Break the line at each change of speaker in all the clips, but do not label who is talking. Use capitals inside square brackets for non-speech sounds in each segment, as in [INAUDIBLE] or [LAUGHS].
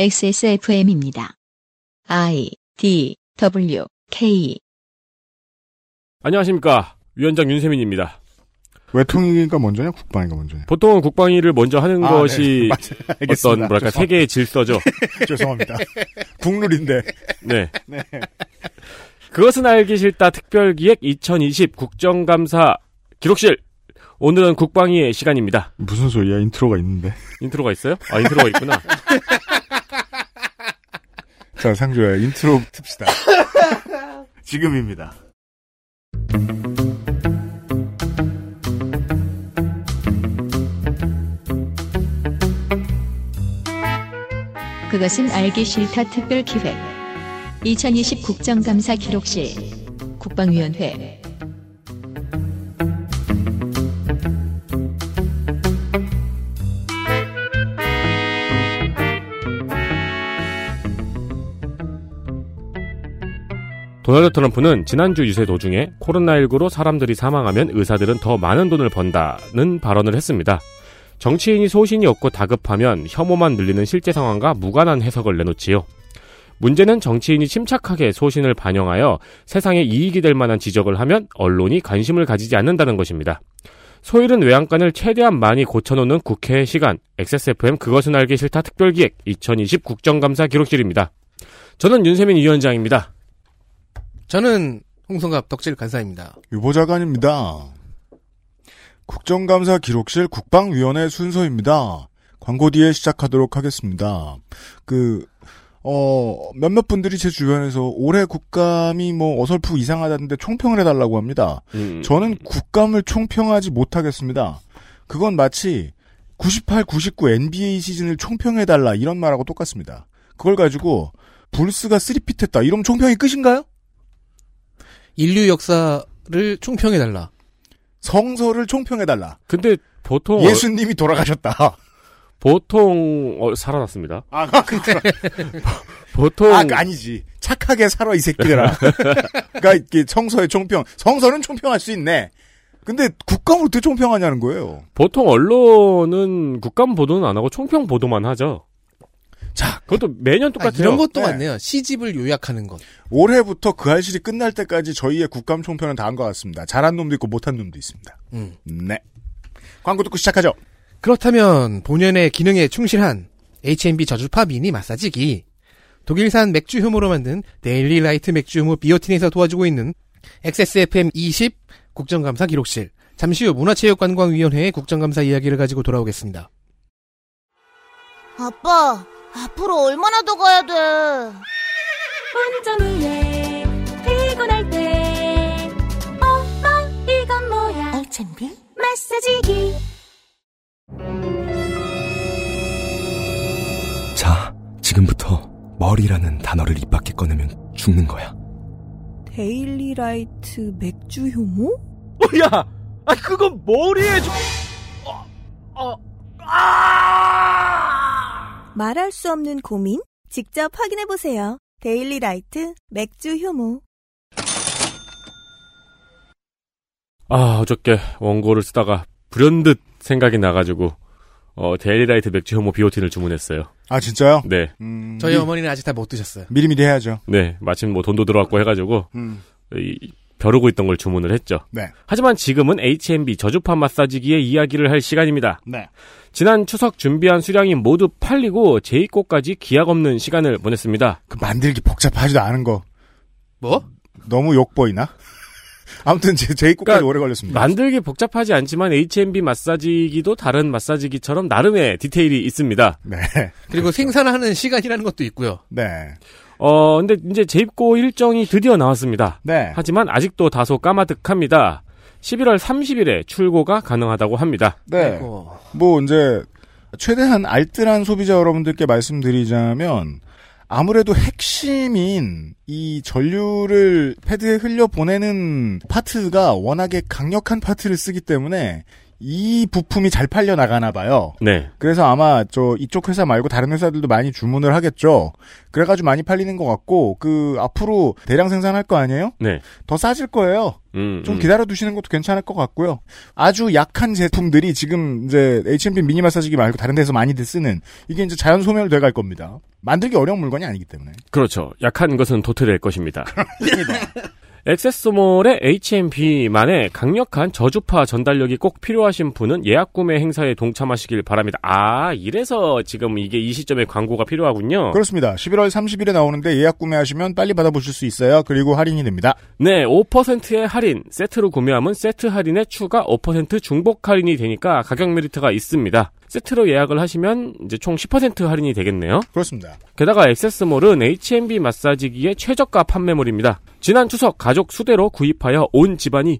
XSFM입니다. I D W K
안녕하십니까. 위원장 윤세민입니다.
외통위가 먼저냐 국방위가 먼저냐
보통은 국방위를 먼저 하는
아, 네.
것이
[LAUGHS] 맞아요.
어떤
알겠습니다.
뭐랄까
죄송-
세계의
[LAUGHS]
질서죠.
죄송합니다 국룰인데
네. 그것은 알기 싫다 특별기획 2020 국정감사 기록실. 오늘은 국방위의 시간입니다.
무슨 소리야 인트로가 있는데
인트로가 있어요? 아, 인트로가 있구나.
자 상조야 인트로 틉시다 지금입니다
그것은 알기 싫다 특별 기획 2020 국정감사 기록실 국방위원회
도널드 트럼프는 지난주 유세 도중에 코로나19로 사람들이 사망하면 의사들은 더 많은 돈을 번다는 발언을 했습니다. 정치인이 소신이 없고 다급하면 혐오만 늘리는 실제 상황과 무관한 해석을 내놓지요. 문제는 정치인이 침착하게 소신을 반영하여 세상에 이익이 될 만한 지적을 하면 언론이 관심을 가지지 않는다는 것입니다. 소일은 외양간을 최대한 많이 고쳐놓는 국회의 시간, XSFM 그것은 알기 싫다 특별기획 2020 국정감사 기록실입니다. 저는 윤세민 위원장입니다.
저는 홍성갑 덕질 간사입니다.
유보자관입니다 국정감사 기록실 국방위원회 순서입니다 광고 뒤에 시작하도록 하겠습니다 그 어, 몇몇 분들이 제 주변에서 올해 국감이 뭐 어설프 이상하다는데 총평을 해달라고 합니다.
음.
저는 국감을 총평하지 못하겠습니다. 그건 마치 98, 99 NBA 시즌을 총평해달라 이런 말하고 똑같습니다. 그걸 가지고 불스가 3핏 했다. 이러면 총평이 끝인가요?
인류 역사를 총평해달라.
성서를 총평해달라.
근데 보통 어,
예수님이 돌아가셨다.
보통 어, 살아났습니다.
아,
어.
그렇구나.
보통
아, 그 아니지. 착하게 살아, 이
[LAUGHS]
새끼들아. 그러니까 이게 성서의 총평. 성서는 총평할 수 있네. 근데 국감을 어떻게 총평하냐는 거예요.
보통 언론은 국감 보도는 안 하고 총평 보도만 하죠.
자,
그것도 매년
아,
똑같아요.
이런 것도
네.
많네요. 시집을 요약하는 것.
올해부터 그 알실이 끝날 때까지 저희의 국감 총평은 다 한 것 같습니다. 잘한 놈도 있고 못한 놈도 있습니다.
음.
네. 광고 듣고 시작하죠.
그렇다면 본연의 기능에 충실한 H&B 저주파 미니 마사지기. 독일산 맥주 효모로 만든 데일리 라이트 맥주 효모 비오틴에서 도와주고 있는 XSFM 20 국정감사 기록실. 잠시 후 문화체육관광위원회의 국정감사 이야기를 가지고 돌아오겠습니다.
아빠, 앞으로 얼마나 더 가야 돼?
운전 후에 피곤할 때 엄마 이건 뭐야
알찬비?
마사지기
자, 지금부터 머리라는 단어를 입 밖에 꺼내면 죽는 거야.
데일리 라이트 맥주 효모?
야, 아 그건 머리에 좀. 어, 어, 아!
말할 수 없는 고민? 직접 확인해보세요. 데일리 라이트 맥주 효모.
아 어저께 원고를 쓰다가 불현듯 생각이 나가지고 어, 데일리라이트 맥주 효모 비오틴을 주문했어요.
아, 진짜요?
네,
음,
저희
미-
어머니는 아직 다 못 드셨어요.
미리미리 해야죠.
네 마침 뭐 돈도 들어왔고 해가지고
음.
이, 벼르고 있던 걸 주문을 했죠.
네.
하지만 지금은 H&B 저주파 마사지기의 이야기를 할 시간입니다.
네.
지난 추석 준비한 수량이 모두 팔리고 제입고까지 기약 없는 시간을 보냈습니다.
그 만들기 복잡하지도 않은 거.
뭐?
너무 욕보이나? [LAUGHS] 아무튼 제, 제 입구까지 오래 걸렸습니다.
만들기 복잡하지 않지만 H&B 마사지기도 다른 마사지기처럼 나름의 디테일이 있습니다.
네.
그리고 생산하는 시간이라는 것도 있고요.
네.
어, 근데 이제 재입고 일정이 드디어 나왔습니다.
네.
하지만 아직도 다소 까마득합니다. 11월 30일에 출고가 가능하다고 합니다.
네.
아이고.
뭐 이제 최대한 알뜰한 소비자 여러분들께 말씀드리자면 아무래도 핵심인 이 전류를 패드에 흘려 보내는 파트가 워낙에 강력한 파트를 쓰기 때문에 이 부품이 잘 팔려 나가나 봐요.
네.
그래서 아마 저 이쪽 회사 말고 다른 회사들도 많이 주문을 하겠죠. 그래가지고 많이 팔리는 것 같고 그 앞으로 대량 생산할 거 아니에요?
네.
더 싸질 거예요.
음,
좀
음.
기다려 두시는 것도 괜찮을 것 같고요. 아주 약한 제품들이 지금 이제 H&P 미니 마사지기 말고 다른 데서 많이들 쓰는 이게 이제 자연 소멸돼 갈 겁니다. 만들기 어려운 물건이 아니기 때문에.
그렇죠. 약한 것은 도태될 것입니다. 액세스몰의 HMP만의 강력한 저주파 전달력이 꼭 필요하신 분은 예약 구매 행사에 동참하시길 바랍니다. 아, 이래서 지금 이게 이 시점에 광고가 필요하군요.
[LAUGHS] 그렇습니다. 11월 30일에 나오는데 예약 구매하시면 빨리 받아보실 수 있어요. 그리고 할인이 됩니다.
네, 5%의 할인. 세트로 구매하면 세트 할인에 추가 5% 중복 할인이 되니까 가격 메리트가 있습니다. 세트로 예약을 하시면 이제 총 10% 할인이 되겠네요.
그렇습니다.
게다가 액세스몰은 H&B 마사지기의 최저가 판매물입니다. 지난 추석 가족 수대로 구입하여 온 집안이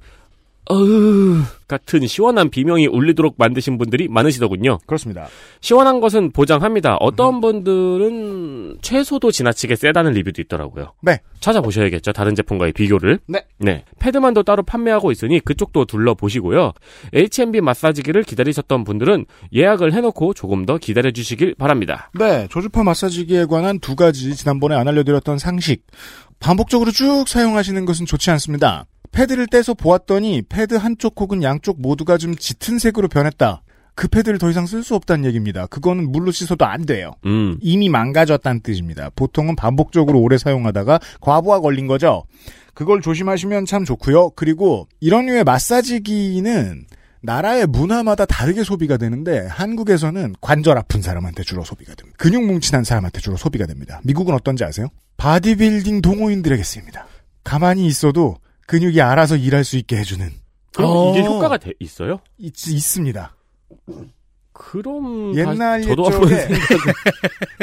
어으 같은 시원한 비명이 울리도록 만드신 분들이 많으시더군요.
그렇습니다.
시원한 것은 보장합니다. 어떤 분들은 최소도 지나치게 세다는 리뷰도 있더라고요.
네.
찾아보셔야겠죠. 다른 제품과의 비교를.
네.
패드만도 따로 판매하고 있으니 그쪽도 둘러보시고요. H&B 마사지기를 기다리셨던 분들은 예약을 해놓고 조금 더 기다려주시길 바랍니다.
네, 조주파 마사지기에 관한 두 가지 지난번에 안 알려드렸던 상식. 반복적으로 쭉 사용하시는 것은 좋지 않습니다. 패드를 떼서 보았더니 패드 한쪽 혹은 양쪽 모두가 좀 짙은 색으로 변했다. 그 패드를 더 이상 쓸 수 없다는 얘기입니다. 그거는 물로 씻어도 안 돼요.
음.
이미 망가졌다는 뜻입니다. 보통은 반복적으로 오래 사용하다가 과부하 걸린 거죠. 그걸 조심하시면 참 좋고요. 그리고 이런 류의 마사지기는 나라의 문화마다 다르게 소비가 되는데 한국에서는 관절 아픈 사람한테 주로 소비가 됩니다. 근육 뭉친한 사람한테 주로 소비가 됩니다. 미국은 어떤지 아세요? 바디빌딩 동호인들에게 쓰입니다. 가만히 있어도 근육이 알아서 일할 수 있게 해주는
그럼 이게
어.
효과가 돼- 있어요?
있, 있습니다.
그럼
옛날
다시- 저도 한번
옛적에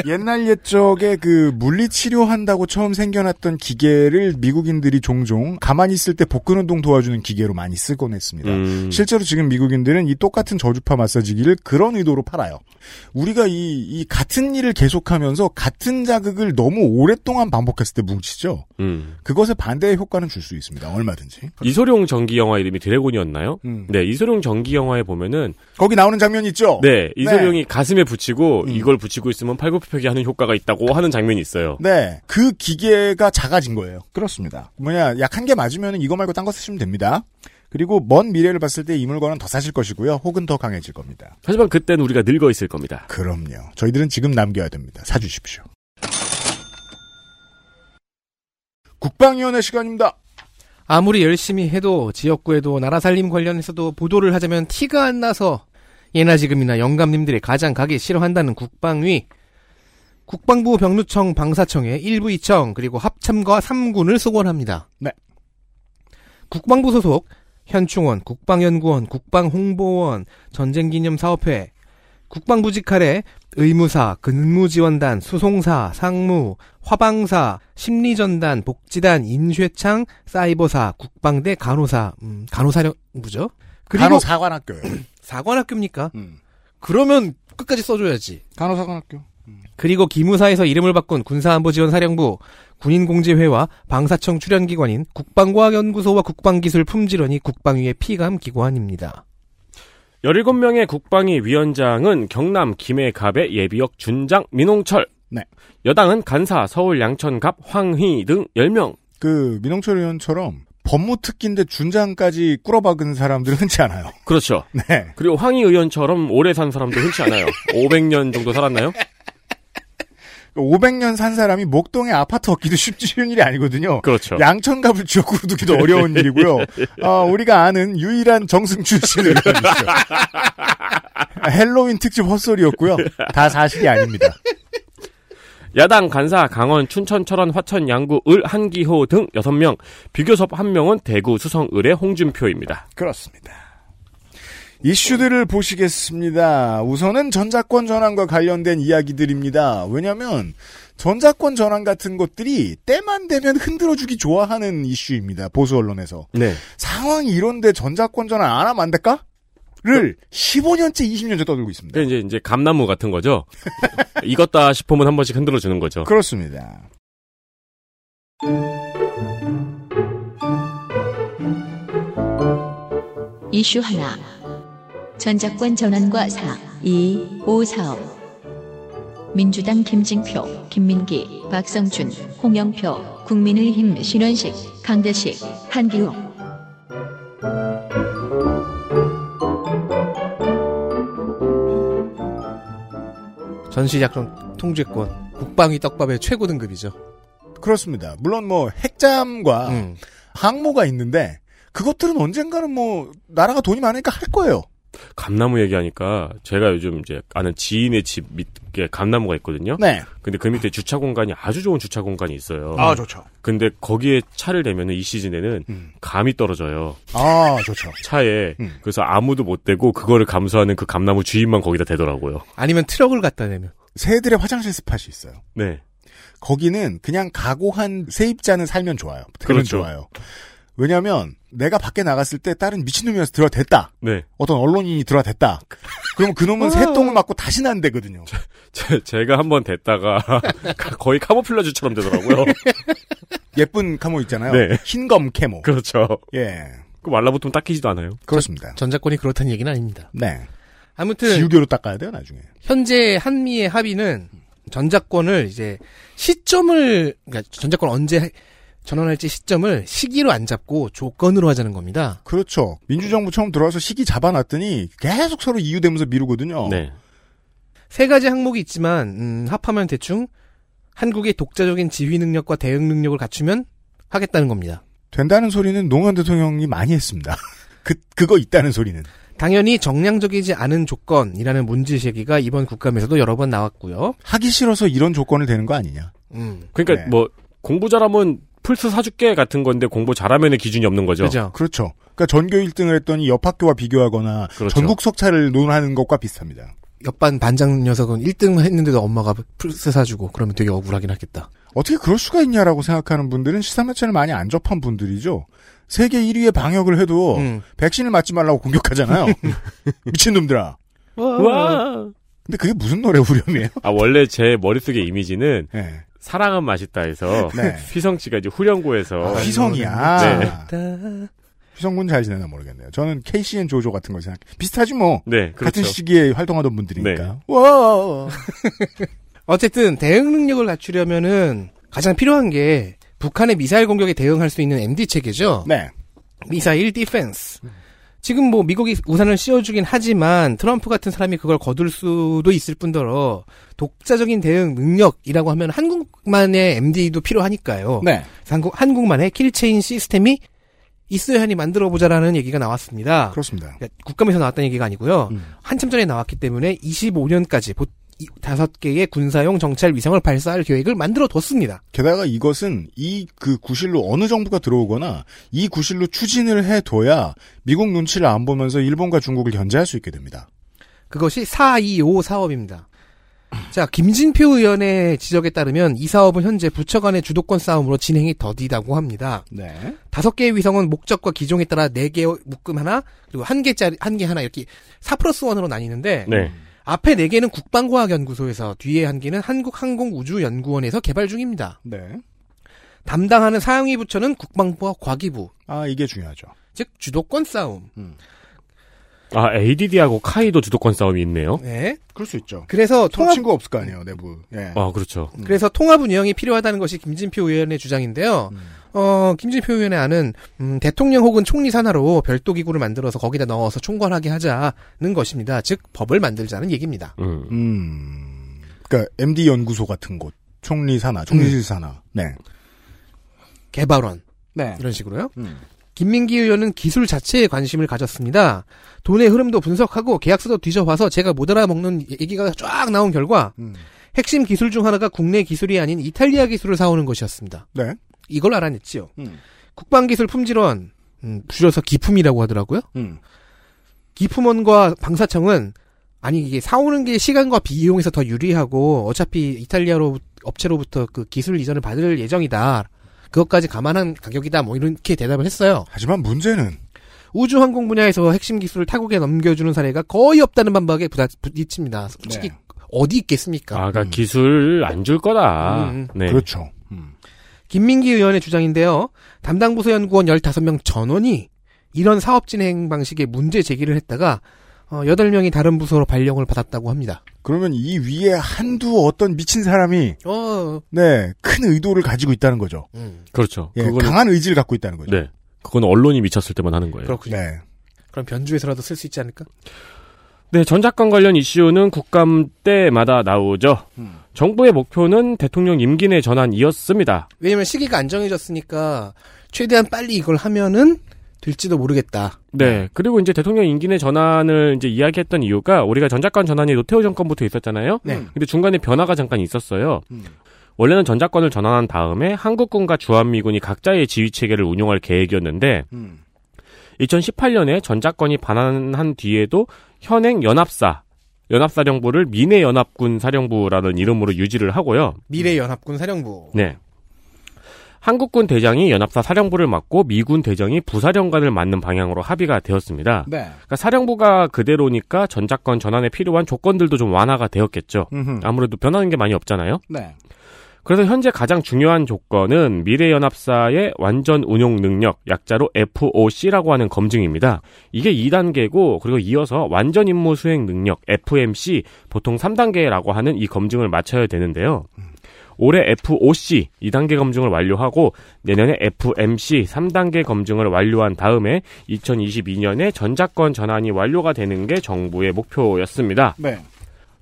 옛날 옛적에 그 물리 치료한다고 처음 생겨났던 기계를 미국인들이 종종 가만히 있을 때 복근 운동 도와주는 기계로 많이 쓰곤 했습니다.
음,
[LAUGHS] 실제로 지금 미국인들은 이 똑같은 저주파 마사지기를 그런 의도로 팔아요. 우리가 이, 이 같은 일을 계속하면서 같은 자극을 너무 오랫동안 반복했을 때 뭉치죠.
음.
그것에 반대의 효과는 줄 수 있습니다. 얼마든지.
이소룡 전기 영화 이름이 드래곤이었나요?
음.
네, 이소룡 전기 영화에 보면은
거기 나오는 장면이 있죠?
네 이소룡이 가슴에 붙이고
음.
이걸 붙이고 있으면 팔굽혀펴기 하는 효과가 있다고 하는 장면이 있어요.
네. 그 기계가 작아진 거예요. 그렇습니다. 뭐냐, 약한 게 맞으면 이거 말고 딴 거 쓰시면 됩니다. 그리고 먼 미래를 봤을 때 이 물건은 더 사실 것이고요. 혹은 더 강해질 겁니다.
하지만 그때는 우리가 늙어 있을 겁니다.
그럼요. 저희들은 지금 남겨야 됩니다. 사주십시오. 국방위원회 시간입니다.
아무리 열심히 해도 지역구에도 나라 살림 관련해서도 보도를 하자면 티가 안 나서 예나 지금이나 영감님들이 가장 가기 싫어한다는 국방위 국방부 병무청 방사청의 일부 이청 그리고 합참과 3군을 소관합니다.
네.
국방부 소속 현충원, 국방연구원, 국방홍보원, 전쟁기념사업회, 국방부 직할에 의무사, 근무지원단, 수송사, 상무, 화방사, 심리전단, 복지단, 인쇄창, 사이버사, 국방대, 간호사, 음, 간호사령부죠? 그리고
간호사관학교요.
사관학교입니까?
[CLEARS THROAT] 음.
그러면 끝까지 써줘야지.
간호사관학교.
그리고 기무사에서 이름을 바꾼 군사안보지원사령부, 군인공제회와 방사청 출연기관인 국방과학연구소와 국방기술품질원이 국방위의 피감기관입니다.
17명의 국방위 위원장은 경남 김해갑의 예비역 준장 민홍철
네.
여당은 간사 서울 양천갑 황희 등 10명
그, 민홍철 의원처럼 법무특기인데 준장까지 꾸러박은 사람들은 흔치 않아요. [LAUGHS]
그렇죠.
네.
그리고 황희 의원처럼 오래 산 사람도 흔치 않아요. 500년 정도 살았나요?
500년 산 사람이 목동에 아파트 얻기도 쉽지 쉬운 일이 아니거든요.
그렇죠. 네.
양천갑을 지역구로 두기도 어려운 일이고요. 어, 우리가 아는 유일한 정승 출신을
[LAUGHS]
의원이죠. 헬로윈 특집 헛소리였고요. 다 사실이 아닙니다.
야당 간사 강원 춘천 철원 화천 양구 을 한기호 등 6명 비교섭 1명은 대구 수성 을의 홍준표입니다.
그렇습니다. 이슈들을 보시겠습니다. 우선은 전자권 전환과 관련된 이야기들입니다. 왜냐하면 전자권 전환 같은 것들이 때만 되면 흔들어주기 좋아하는 이슈입니다. 보수 언론에서.
네.
상황이 이런데 전자권 전환 안 하면 안 될까? 를 15년째 20년째 떠들고 있습니다.
이제 이제 감나무 같은 거죠. 익었다 싶으면 한 번씩 흔들어 주는 거죠.
그렇습니다.
이슈 하나. 전작권 전환과 4, 2, 5 사업. 민주당 김진표, 김민기, 박성준, 홍영표, 국민의힘 신원식, 강대식, 한기호.
전시작전 통제권 국방위 떡밥의 최고 등급이죠.
그렇습니다. 물론 뭐 핵잠과
음.
항모가 있는데 그것들은 언젠가는 뭐 나라가 돈이 많으니까 할 거예요.
감나무 얘기하니까 제가 요즘 이제 아는 지인의 집 밑에 감나무가 있거든요.
네.
근데 그 밑에 주차 공간이 아주 좋은 주차 공간이 있어요.
아 좋죠.
근데 거기에 차를 내면은 이 시즌에는
음.
감이 떨어져요.
아 좋죠.
차에.
음.
그래서 아무도 못 대고 그거를 감수하는 그 감나무 주인만 거기다 대더라고요.
아니면 트럭을 갖다 내면
새들의 화장실 스팟이 있어요.
네.
거기는 그냥 각오한 세입자는 살면 좋아요. 들은
그렇죠.
좋아요. 왜냐하면 내가 밖에 나갔을 때 다른 미친놈이어서 들어댔다.
네.
어떤 언론인이 들어댔다. 그럼 그놈은 새똥을 맞고 다시는 안 되거든요.
제, 제가 한번 댔다가 거의 카모플라주처럼 되더라고요.
예쁜 카모 있잖아요.
네.
흰검 캐모.
그렇죠.
예.
그 말라붙으면 닦이지도 않아요.
그렇습니다.
전작권이 그렇다는 얘기는 아닙니다.
네.
아무튼
그-
지우개로 닦아야 돼요, 나중에.
현재 한미의 합의는 전작권을 이제 시점을 그러니까 전작권 언제 전환할지 시점을 시기로 안 잡고 조건으로 하자는 겁니다.
그렇죠. 민주정부 처음 들어와서 시기 잡아놨더니 계속 서로 이유되면서 미루거든요.
네.
세 가지 항목이 있지만 음, 합하면 대충 한국의 독자적인 지휘 능력과 대응 능력을 갖추면 하겠다는 겁니다.
된다는 소리는 노무현 대통령이 많이 했습니다. [LAUGHS] 그, 그거 있다는 소리는.
당연히 정량적이지 않은 조건이라는 문제 제기가 이번 국감에서도 여러 번 나왔고요.
하기 싫어서 이런 조건을 되는 거 아니냐.
음,
그러니까
네.
뭐 공부 잘하면 플스 사줄게 같은 건데 공부 잘하면의 기준이 없는 거죠.
그죠?
그렇죠. 그러니까 전교 1등을 했더니 옆 학교와 비교하거나
그렇죠.
전국 석차를 논하는 것과 비슷합니다.
옆반 반장 녀석은 1등 했는데도 엄마가 플스 사주고 그러면 되게 억울하긴 하겠다.
어떻게 그럴 수가 있냐라고 생각하는 분들은 시사매체를 많이 안 접한 분들이죠. 세계 1위의 방역을 해도
음.
백신을 맞지 말라고 공격하잖아요. 미친놈들아.
와.
근데 그게 무슨 노래 후렴이에요?
아 원래 제 머릿속의 이미지는
네.
사랑은 맛있다 해서
네.
휘성씨가 이제 후렴구에서
아, 휘성이야.
네.
휘성군 잘 지내나 모르겠네요. 저는 KCN 조조 같은 걸 생각. 비슷하지 뭐.
네, 그렇죠.
같은 시기에 활동하던 분들이니까.
네.
와.
[LAUGHS] 어쨌든 대응 능력을 갖추려면은 가장 필요한 게 북한의 미사일 공격에 대응할 수 있는 MD 체계죠.
네.
미사일 디펜스.
음.
지금 뭐 미국이 우산을 씌워주긴 하지만 트럼프 같은 사람이 그걸 거둘 수도 있을 뿐더러 독자적인 대응 능력이라고 하면 한국만의 MD도 필요하니까요.
네.
그래서 한국, 한국만의 킬체인 시스템이 있어야 하니 만들어보자라는 얘기가 나왔습니다.
그렇습니다.
그러니까 국감에서 나왔다는 얘기가 아니고요.
음.
한참 전에 나왔기 때문에 25년까지 보, 이- 다섯 개의 군사용 정찰 위성을 발사할 계획을 만들어뒀습니다.
게다가 이것은 이 그 구실로 어느 정부가 들어오거나 이 구실로 추진을 해둬야 미국 눈치를 안 보면서 일본과 중국을 견제할 수 있게 됩니다.
그것이 425 사업입니다. 자, 김진표 의원의 지적에 따르면 이 사업은 현재 부처 간의 주도권 싸움으로 진행이 더디다고 합니다.
네.
다섯 개의 위성은 목적과 기종에 따라 네 개의 묶음 하나, 그리고 한 개짜리, 한 개 하나 이렇게 4 플러스 1으로 나뉘는데,
네.
앞에 네 개는 국방과학연구소에서, 뒤에 한 개는 한국항공우주연구원에서 개발 중입니다.
네.
담당하는 사용위 부처는 국방부와 과기부,
아 이게 중요하죠.
즉 주도권 싸움.
아 ADD하고 카이도 주도권 싸움이 있네요.
네.
그럴 수 있죠.
그래서
통
통합
친구 없을 거 아니에요 내부. 예.
아 그렇죠.
음. 그래서 통합 운영이 필요하다는 것이 김진표 의원의 주장인데요. 어, 김진표 의원의 안은 음, 대통령 혹은 총리 산하로 별도 기구를 만들어서 거기다 넣어서 총괄하게 하자는 것입니다. 즉 법을 만들자는 얘기입니다.
음.
음. 그러니까 MD 연구소 같은 곳, 총리 산하, 총리실 산하. 네.
개발원
네.
이런 식으로요.
음.
김민기 의원은 기술 자체에 관심을 가졌습니다. 돈의 흐름도 분석하고 계약서도 뒤져봐서 제가 못 알아먹는 얘기가 쫙 나온 결과
음.
핵심 기술 중 하나가 국내 기술이 아닌 이탈리아 기술을 사오는 것이었습니다.
네.
이걸 알아냈지요.
음.
국방기술 품질원, 음, 줄여서 기품이라고 하더라고요.
음.
기품원과 방사청은 아니 이게 사오는 게 시간과 비용에서 더 유리하고 어차피 이탈리아로 업체로부터 그 기술 이전을 받을 예정이다. 그것까지 감안한 가격이다. 뭐 이렇게 대답을 했어요.
하지만 문제는
우주항공 분야에서 핵심 기술을 타국에 넘겨주는 사례가 거의 없다는 반박에 부다- 부딪힙니다. 솔직히
네.
어디 있겠습니까?
아까
음.
기술 안 줄 거다.
음, 음.
네.
그렇죠. 음.
김민기 의원의 주장인데요. 담당 부서 연구원 15명 전원이 이런 사업 진행 방식에 문제 제기를 했다가 어, 8명이 다른 부서로 발령을 받았다고 합니다.
그러면 이 위에 한두 어떤 미친 사람이
어,
네 큰 의도를 가지고 있다는 거죠.
음,
그렇죠.
예,
그거는
강한 의지를 갖고 있다는 거죠.
네. 그건 언론이 미쳤을 때만 하는 거예요.
그렇군요.
네.
그럼 변주에서라도 쓸 수 있지 않을까?
네, 전작권 관련 이슈는 국감 때마다 나오죠. 정부의 목표는 대통령 임기 내 전환이었습니다.
왜냐면 시기가 안 정해졌으니까 최대한 빨리 이걸 하면은 될지도 모르겠다.
네, 그리고 이제 대통령 임기 내 전환을 이제 이야기했던 이유가 우리가 전작권 전환이 노태우 정권부터 있었잖아요.
네.
근데 중간에 변화가 잠깐 있었어요.
음.
원래는 전작권을 전환한 다음에 한국군과 주한미군이 각자의 지휘 체계를 운용할 계획이었는데 2018년에 전작권이 반환한 뒤에도 현행 연합사 연합사령부를 미내 연합군 사령부라는 이름으로 유지를 하고요.
미래연합군 사령부.
네. 한국군 대장이 연합사 사령부를 맡고 미군 대장이 부사령관을 맡는 방향으로 합의가 되었습니다.
네.
그러니까 사령부가 그대로니까 전작권 전환에 필요한 조건들도 좀 완화가 되었겠죠.
음흠.
아무래도 변하는 게 많이 없잖아요.
네.
그래서 현재 가장 중요한 조건은 미래연합사의 완전 운용 능력, 약자로 FOC라고 하는 검증입니다. 이게 2단계고, 그리고 이어서 완전 임무 수행 능력, FMC, 보통 3단계라고 하는 이 검증을 마쳐야 되는데요. 올해 FOC 2단계 검증을 완료하고 내년에 FMC 3단계 검증을 완료한 다음에 2022년에 전작권 전환이 완료가 되는 게 정부의 목표였습니다.
네.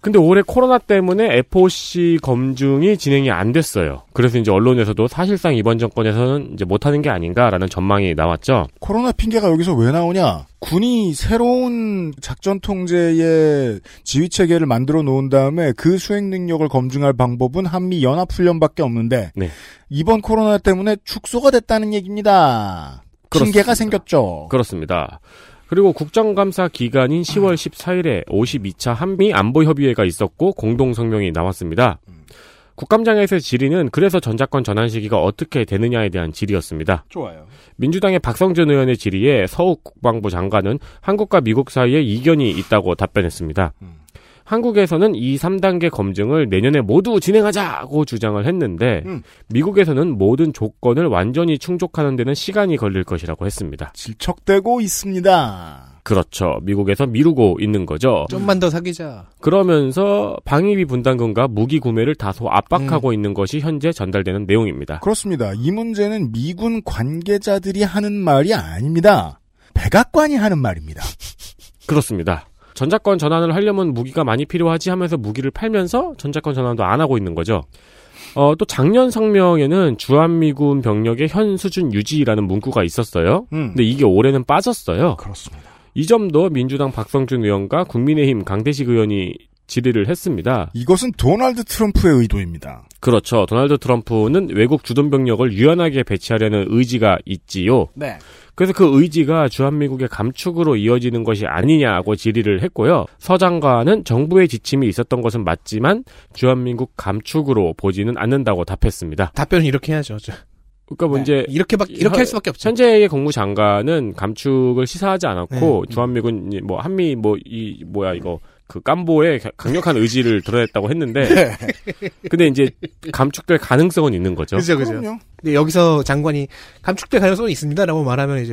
근데 올해 코로나 때문에 FOC 검증이 진행이 안 됐어요. 그래서 이제 언론에서도 사실상 이번 정권에서는 이제 못하는 게 아닌가라는 전망이 나왔죠.
코로나 핑계가 여기서 왜 나오냐? 군이 새로운 작전 통제의 지휘 체계를 만들어 놓은 다음에 그 수행 능력을 검증할 방법은 한미 연합 훈련밖에 없는데
네.
이번 코로나 때문에 축소가 됐다는 얘기입니다.
그렇습니다.
핑계가 생겼죠.
그렇습니다. 그리고 국정감사 기간인 10월 14일에 52차 한미 안보협의회가 있었고 공동성명이 나왔습니다. 국감장에서 질의는 그래서 전작권 전환 시기가 어떻게 되느냐에 대한 질의였습니다.
좋아요.
민주당의 박성준 의원의 질의에 서욱 국방부 장관은 한국과 미국 사이에 이견이 있다고 답변했습니다. 한국에서는 이 3단계 검증을 내년에 모두 진행하자고 주장을 했는데
음.
미국에서는 모든 조건을 완전히 충족하는 데는 시간이 걸릴 것이라고 했습니다.
질척대고 있습니다.
그렇죠. 미국에서 미루고 있는 거죠.
좀만 더 사귀자.
그러면서 방위비 분담금과 무기 구매를 다소 압박하고 있는 것이 현재 전달되는 내용입니다.
그렇습니다. 이 문제는 미군 관계자들이 하는 말이 아닙니다. 백악관이 하는 말입니다.
그렇습니다. 전작권 전환을 하려면 무기가 많이 필요하지 하면서 무기를 팔면서 전작권 전환도 안 하고 있는 거죠. 어, 또 작년 성명에는 주한미군 병력의 현 수준 유지라는 문구가 있었어요.
음. 아,
근데 이게 올해는 빠졌어요.
그렇습니다.
이 점도 민주당 박성준 의원과 국민의힘 강대식 의원이 질의를 했습니다.
이것은 도널드 트럼프의 의도입니다.
그렇죠. 도널드 트럼프는 외국 주둔 병력을 유연하게 배치하려는 의지가 있지요.
네.
그래서 그 의지가 주한미국의 감축으로 이어지는 것이 아니냐고 질의를 했고요. 서 장관은 정부의 지침이 있었던 것은 맞지만 주한민국 감축으로 보지는 않는다고 답했습니다.
답변을 이렇게 해야죠. 저.
그러니까 뭐 이제
네. 이렇게밖 이렇게 할 수밖에 없죠.
현재의 국무장관은 감축을 시사하지 않았고
네.
주한미군 이제 뭐 한미 뭐 이 뭐야 이거 그 깜보에 가- 강력한 의지를 드러냈다고 했는데 근데 이제 감축될 가능성은 있는 거죠.
그죠 그죠.
그럼요.
근데 여기서 장관이 감축될 가능성이 있습니다라고 말하면 이제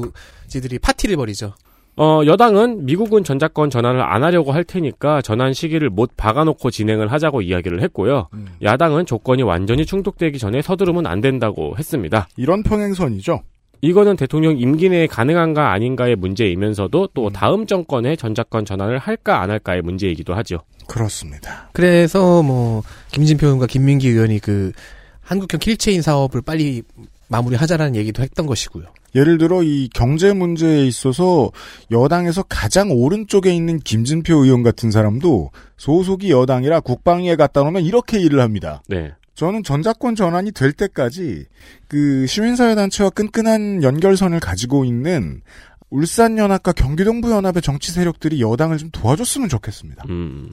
보수지들이 파티를 벌이죠.
어, 여당은 미국은 전작권 전환을 안 하려고 할 테니까 전환 시기를 못 박아놓고 진행을 하자고 이야기를 했고요. 야당은 조건이 완전히 충족되기 전에 서두르면 안 된다고 했습니다.
이런 평행선이죠.
이거는 대통령 임기 내에 가능한가 아닌가의 문제이면서도 또 다음 정권의 전작권 전환을 할까 안 할까의 문제이기도 하죠.
그렇습니다.
그래서 뭐 김진표 의원과 김민기 의원이 그 한국형 킬체인 사업을 빨리 마무리하자라는 얘기도 했던 것이고요.
예를 들어 이 경제 문제에 있어서 여당에서 가장 오른쪽에 있는 김진표 의원 같은 사람도 소속이 여당이라 국방위에 갔다 오면 이렇게 일을 합니다.
네.
저는 전자권 전환이 될 때까지 그 시민사회단체와 끈끈한 연결선을 가지고 있는 울산연합과 경기동부연합의 정치 세력들이 여당을 좀 도와줬으면 좋겠습니다.
음.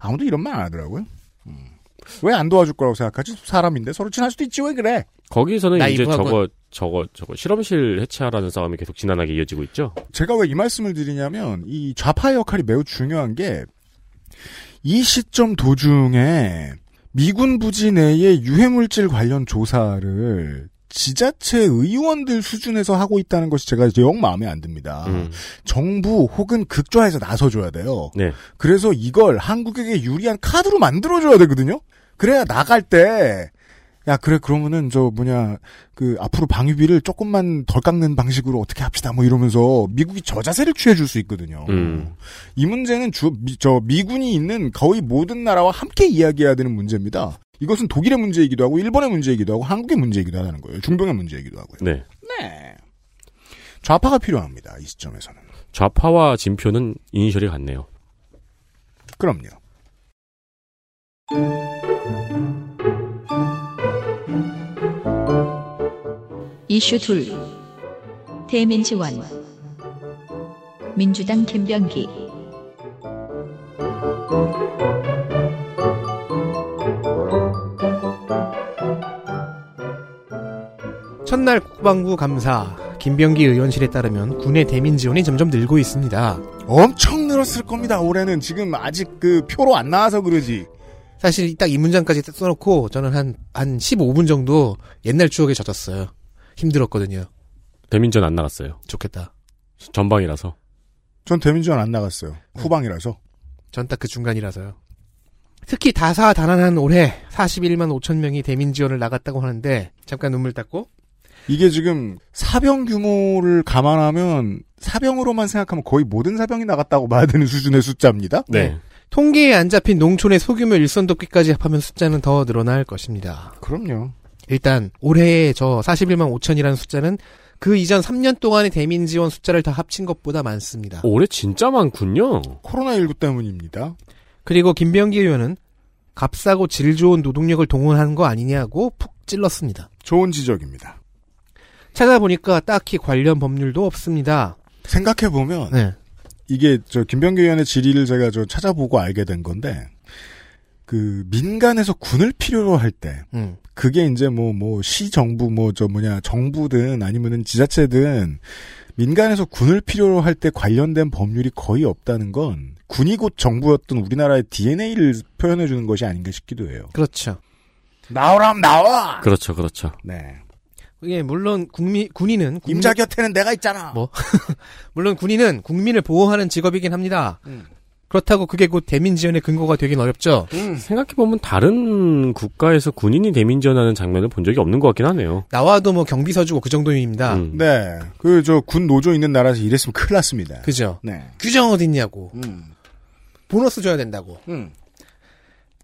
아무도 이런 말 안 하더라고요. 음. 왜 안 도와줄 거라고 생각하지? 사람인데 서로 친할 수도 있지 왜 그래?
거기서는 이제
나이브하고-
저거 저거 저거 실험실 해체하라는 싸움이 계속 지난하게 이어지고 있죠.
제가 왜 이 말씀을 드리냐면 이 좌파의 역할이 매우 중요한 게 이 시점 도중에 미군 부지 내의 유해물질 관련 조사를 지자체 의원들 수준에서 하고 있다는 것이 제가 이제 영 마음에 안 듭니다.
음,
정부 혹은 극좌에서 나서줘야 돼요.
네.
그래서 이걸 한국에게 유리한 카드로 만들어줘야 되거든요. 그래야 나갈 때, 야, 그래, 그러면은, 저, 뭐냐, 그, 앞으로 방위비를 조금만 덜 깎는 방식으로 어떻게 합시다, 뭐 이러면서, 미국이 저자세를 취해줄 수 있거든요.
음.
이 문제는 주, 미, 저, 미군이 있는 거의 모든 나라와 함께 이야기해야 되는 문제입니다. 이것은 독일의 문제이기도 하고, 일본의 문제이기도 하고, 한국의 문제이기도 하다는 거예요. 중동의 문제이기도 하고요.
네.
네. 좌파가 필요합니다, 이 시점에서는.
좌파와 진표는 이니셜이 같네요.
그럼요.
이슈 둘 대민 지원 민주당 김병기
첫날 국방부 감사 김병기 의원실에 따르면 군의 대민 지원이 점점 늘고 있습니다.
엄청 늘었을 겁니다. 올해는 지금 아직 그 표로 안 나와서 그러지.
사실 딱 이 문장까지 써놓고 저는 한, 한 15분 정도 옛날 추억에 젖었어요. 힘들었거든요.
대민전 안 나갔어요.
좋겠다.
전방이라서.
전 대민주당 안 나갔어요. 후방이라서.
전 딱 그 중간이라서요. 특히 다사다난한 올해 41만 5천 명이 대민 지원을 나갔다고 하는데 잠깐 눈물 닦고
이게 지금 사병 규모를 감안하면 사병으로만 생각하면 거의 모든 사병이 나갔다고 봐야 되는 수준의 숫자입니다.
네.
통계에 안 잡힌 농촌의 소규모 일선 돕기까지 합하면 숫자는 더 늘어날 것입니다.
그럼요.
일단 올해의 저 41만 5천이라는 숫자는 그 이전 3년 동안의 대민 지원 숫자를 다 합친 것보다 많습니다.
올해 진짜 많군요.
코로나19 때문입니다.
그리고 김병기 의원은 값싸고 질 좋은 노동력을 동원하는 거 아니냐고 푹 찔렀습니다.
좋은 지적입니다.
찾아보니까 딱히 관련 법률도 없습니다.
생각해보면
네.
이게 저 김병규 의원의 질의를 제가 저 찾아보고 알게 된 건데 그 민간에서 군을 필요로 할때
음.
그게 이제 뭐, 뭐, 시정부, 뭐, 저 뭐냐, 정부든 아니면은 지자체든 민간에서 군을 필요로 할 때 관련된 법률이 거의 없다는 건 군이 곧 정부였던 우리나라의 DNA를 표현해주는 것이 아닌가 싶기도 해요.
그렇죠.
나오라면 나와!
그렇죠, 그렇죠.
네.
예, 물론 국민 군인은 국민-
임자 곁에는 내가 있잖아!
뭐? 물론 군인은 국민을 보호하는 직업이긴 합니다.
음.
그렇다고 그게 곧 대민 지원의 근거가 되긴 어렵죠.
생각해보면 다른 국가에서 군인이 대민전하는 장면을 본 적이 없는 것 같긴 하네요.
나와도 뭐 경비서 주고 그 정도입니다.
음.
네. 그, 저, 군 노조 있는 나라에서 이랬으면 큰일 났습니다.
그죠?
네.
규정 어딨냐고.
음.
보너스 줘야 된다고.
음.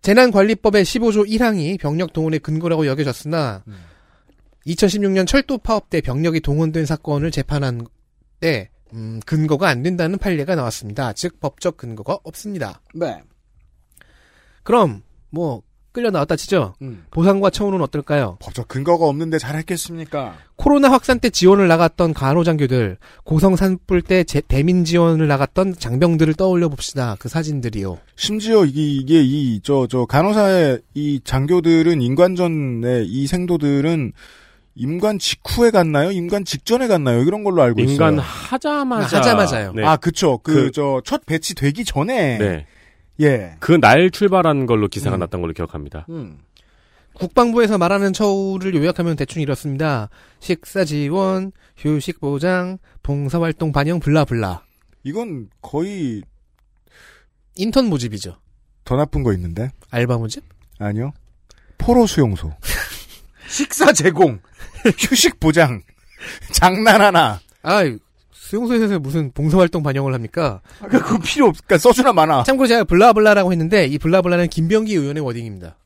재난관리법의 15조 1항이 병력 동원의 근거라고 여겨졌으나 2016년 철도 파업 때 병력이 동원된 사건을 재판한 때 음, 근거가 안 된다는 판례가 나왔습니다. 즉 법적 근거가 없습니다.
네.
그럼 뭐 끌려 나왔다 치죠.
음.
보상과 처우는 어떨까요?
법적 근거가 없는데 잘했겠습니까?
코로나 확산 때 지원을 나갔던 간호장교들, 고성 산불 때 제- 대민 지원을 나갔던 장병들을 떠올려 봅시다. 그 사진들이요.
심지어 이게, 이게 이, 저, 저, 간호사의 이 장교들은 임관전에 이 생도들은 임관 직후에 갔나요? 임관 직전에 갔나요? 이런 걸로 알고
인간
있어요.
하자마자.
하자마자요.
네.
아, 그쵸. 그,
그-
저, 첫 배치 되기 전에.
네.
예.
그 날 출발한 걸로 기사가 났던 걸로 기억합니다.
음.
국방부에서 말하는 처우를 요약하면 대충 이렇습니다. 식사 지원, 휴식 보장, 봉사활동 반영 블라블라.
이건 거의
인턴 모집이죠.
더 나쁜 거 있는데?
알바 모집?
아니요. 포로 수용소. [LAUGHS] 식사 제공. [LAUGHS] 휴식 보장. 장난 하나.
아, 수용소에서 무슨 봉사활동 반영을 합니까?
아, 그- 그거 필요 없, 그니까 써주나
아.
마나.
참고로 제가 블라블라라고 했는데 이 블라블라는 김병기 의원의 워딩입니다.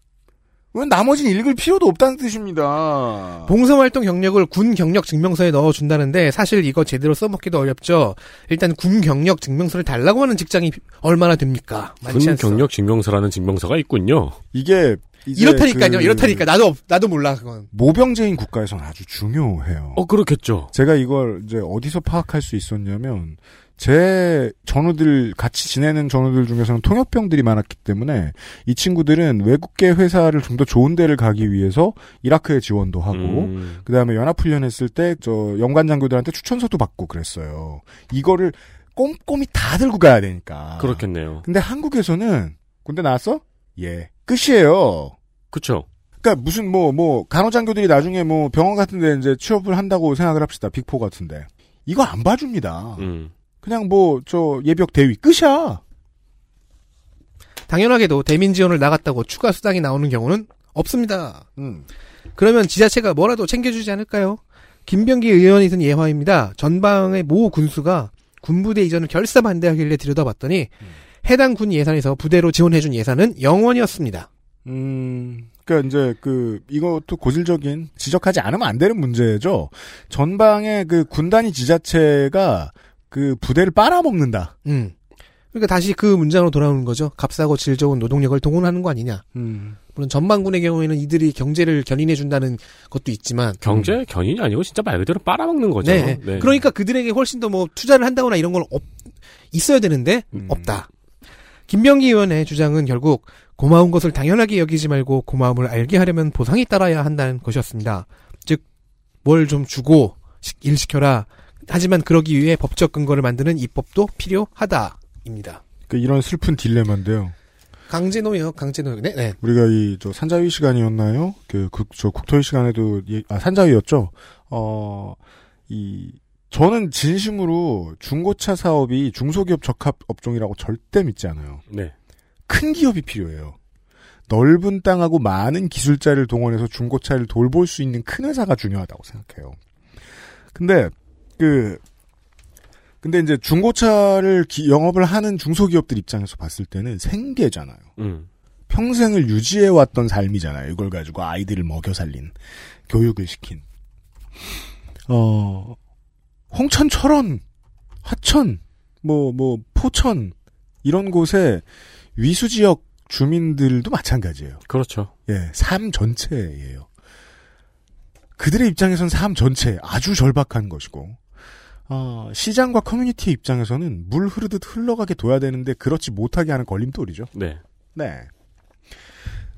왜 나머지는 읽을 필요도 없다는
아.
뜻입니다.
봉사활동 경력을 군 경력 증명서에 넣어준다는데 사실 이거 제대로 써먹기도 어렵죠. 일단 군 경력 증명서를 달라고 하는 직장이 얼마나 됩니까? 많지
군
않소.
경력 증명서라는 증명서가 있군요.
어. 이게 이제
이렇다니까요.
그
이렇다니까 나도 없- 나도 몰라 그건.
모병제인 국가에선 아주 중요해요.
어, 그렇겠죠.
제가 이걸 이제 어디서 파악할 수 있었냐면 제 전우들 같이 지내는 전우들 중에서는 통역병들이 많았기 때문에 이 친구들은 외국계 회사를 좀 더 좋은 데를 가기 위해서 이라크에 지원도 하고
음.
그 다음에 연합훈련했을 때 저 연관 장교들한테 추천서도 받고 그랬어요. 이거를 꼼꼼히 다 들고 가야 되니까. 아.
그렇겠네요.
근데 한국에서는 군대 나왔어? 예. 끝이에요.
그쵸.
그러니까 그러니까 무슨 뭐 뭐 간호장교들이 나중에 뭐 병원 같은데 이제 취업을 한다고 생각을 합시다 빅포 같은데 이거 안 봐줍니다.
음.
그냥 뭐 저 예비역 대위 끝이야.
당연하게도 대민 지원을 나갔다고 추가 수당이 나오는 경우는 없습니다.
음.
그러면 지자체가 뭐라도 챙겨주지 않을까요? 김병기 의원이 든 예화입니다. 전방의 모 군수가 군부대 이전을 결사 반대하길래 들여다봤더니
음.
해당 군 예산에서 부대로 지원해준 예산은 0원이었습니다.
음, 그니까 이제 그, 이것도 고질적인 지적하지 않으면 안 되는 문제죠. 전방에 그 군단위 지자체가 그 부대를 빨아먹는다.
음. 그러니까 다시 그 문장으로 돌아오는 거죠. 값싸고 질 좋은 노동력을 동원하는 거 아니냐. 물론 전방군의 경우에는 이들이 경제를 견인해준다는 것도 있지만
경제 견인이 아니고 진짜 말 그대로 빨아먹는 거죠.
네. 그러니까 그들에게 훨씬 더 뭐 투자를 한다거나 이런 건 없, 있어야 되는데
음.
없다. 김병기 의원의 주장은 결국 고마운 것을 당연하게 여기지 말고 고마움을 알게 하려면 보상이 따라야 한다는 것이었습니다. 즉, 뭘 좀 주고 시- 일 시켜라. 하지만 그러기 위해 법적 근거를 만드는 입법도 필요하다입니다.
그 이런 슬픈 딜레마인데요.
강제노역, 강제노역. 네, 네.
우리가 이, 저, 산자위 시간이었나요? 그, 국, 저, 국토위 시간에도, 얘- 아, 산자위였죠? 어, 이, 저는 진심으로 중고차 사업이 중소기업 적합 업종이라고 절대 믿지 않아요.
네.
큰 기업이 필요해요. 넓은 땅하고 많은 기술자를 동원해서 중고차를 돌볼 수 있는 큰 회사가 중요하다고 생각해요. 근데 그 근데 이제 중고차를 기- 영업을 하는 중소기업들 입장에서 봤을 때는 생계잖아요.
음.
평생을 유지해왔던 삶이잖아요. 이걸 가지고 아이들을 먹여 살린, 교육을 시킨. 어, 홍천, 철원, 하천, 뭐, 뭐, 포천, 이런 곳에 위수지역 주민들도 마찬가지예요.
그렇죠.
예, 삶 전체예요. 그들의 입장에선 삶 전체 아주 절박한 것이고, 어, 시장과 커뮤니티의 입장에서는 물 흐르듯 흘러가게 둬야 되는데 그렇지 못하게 하는 걸림돌이죠.
네.
네.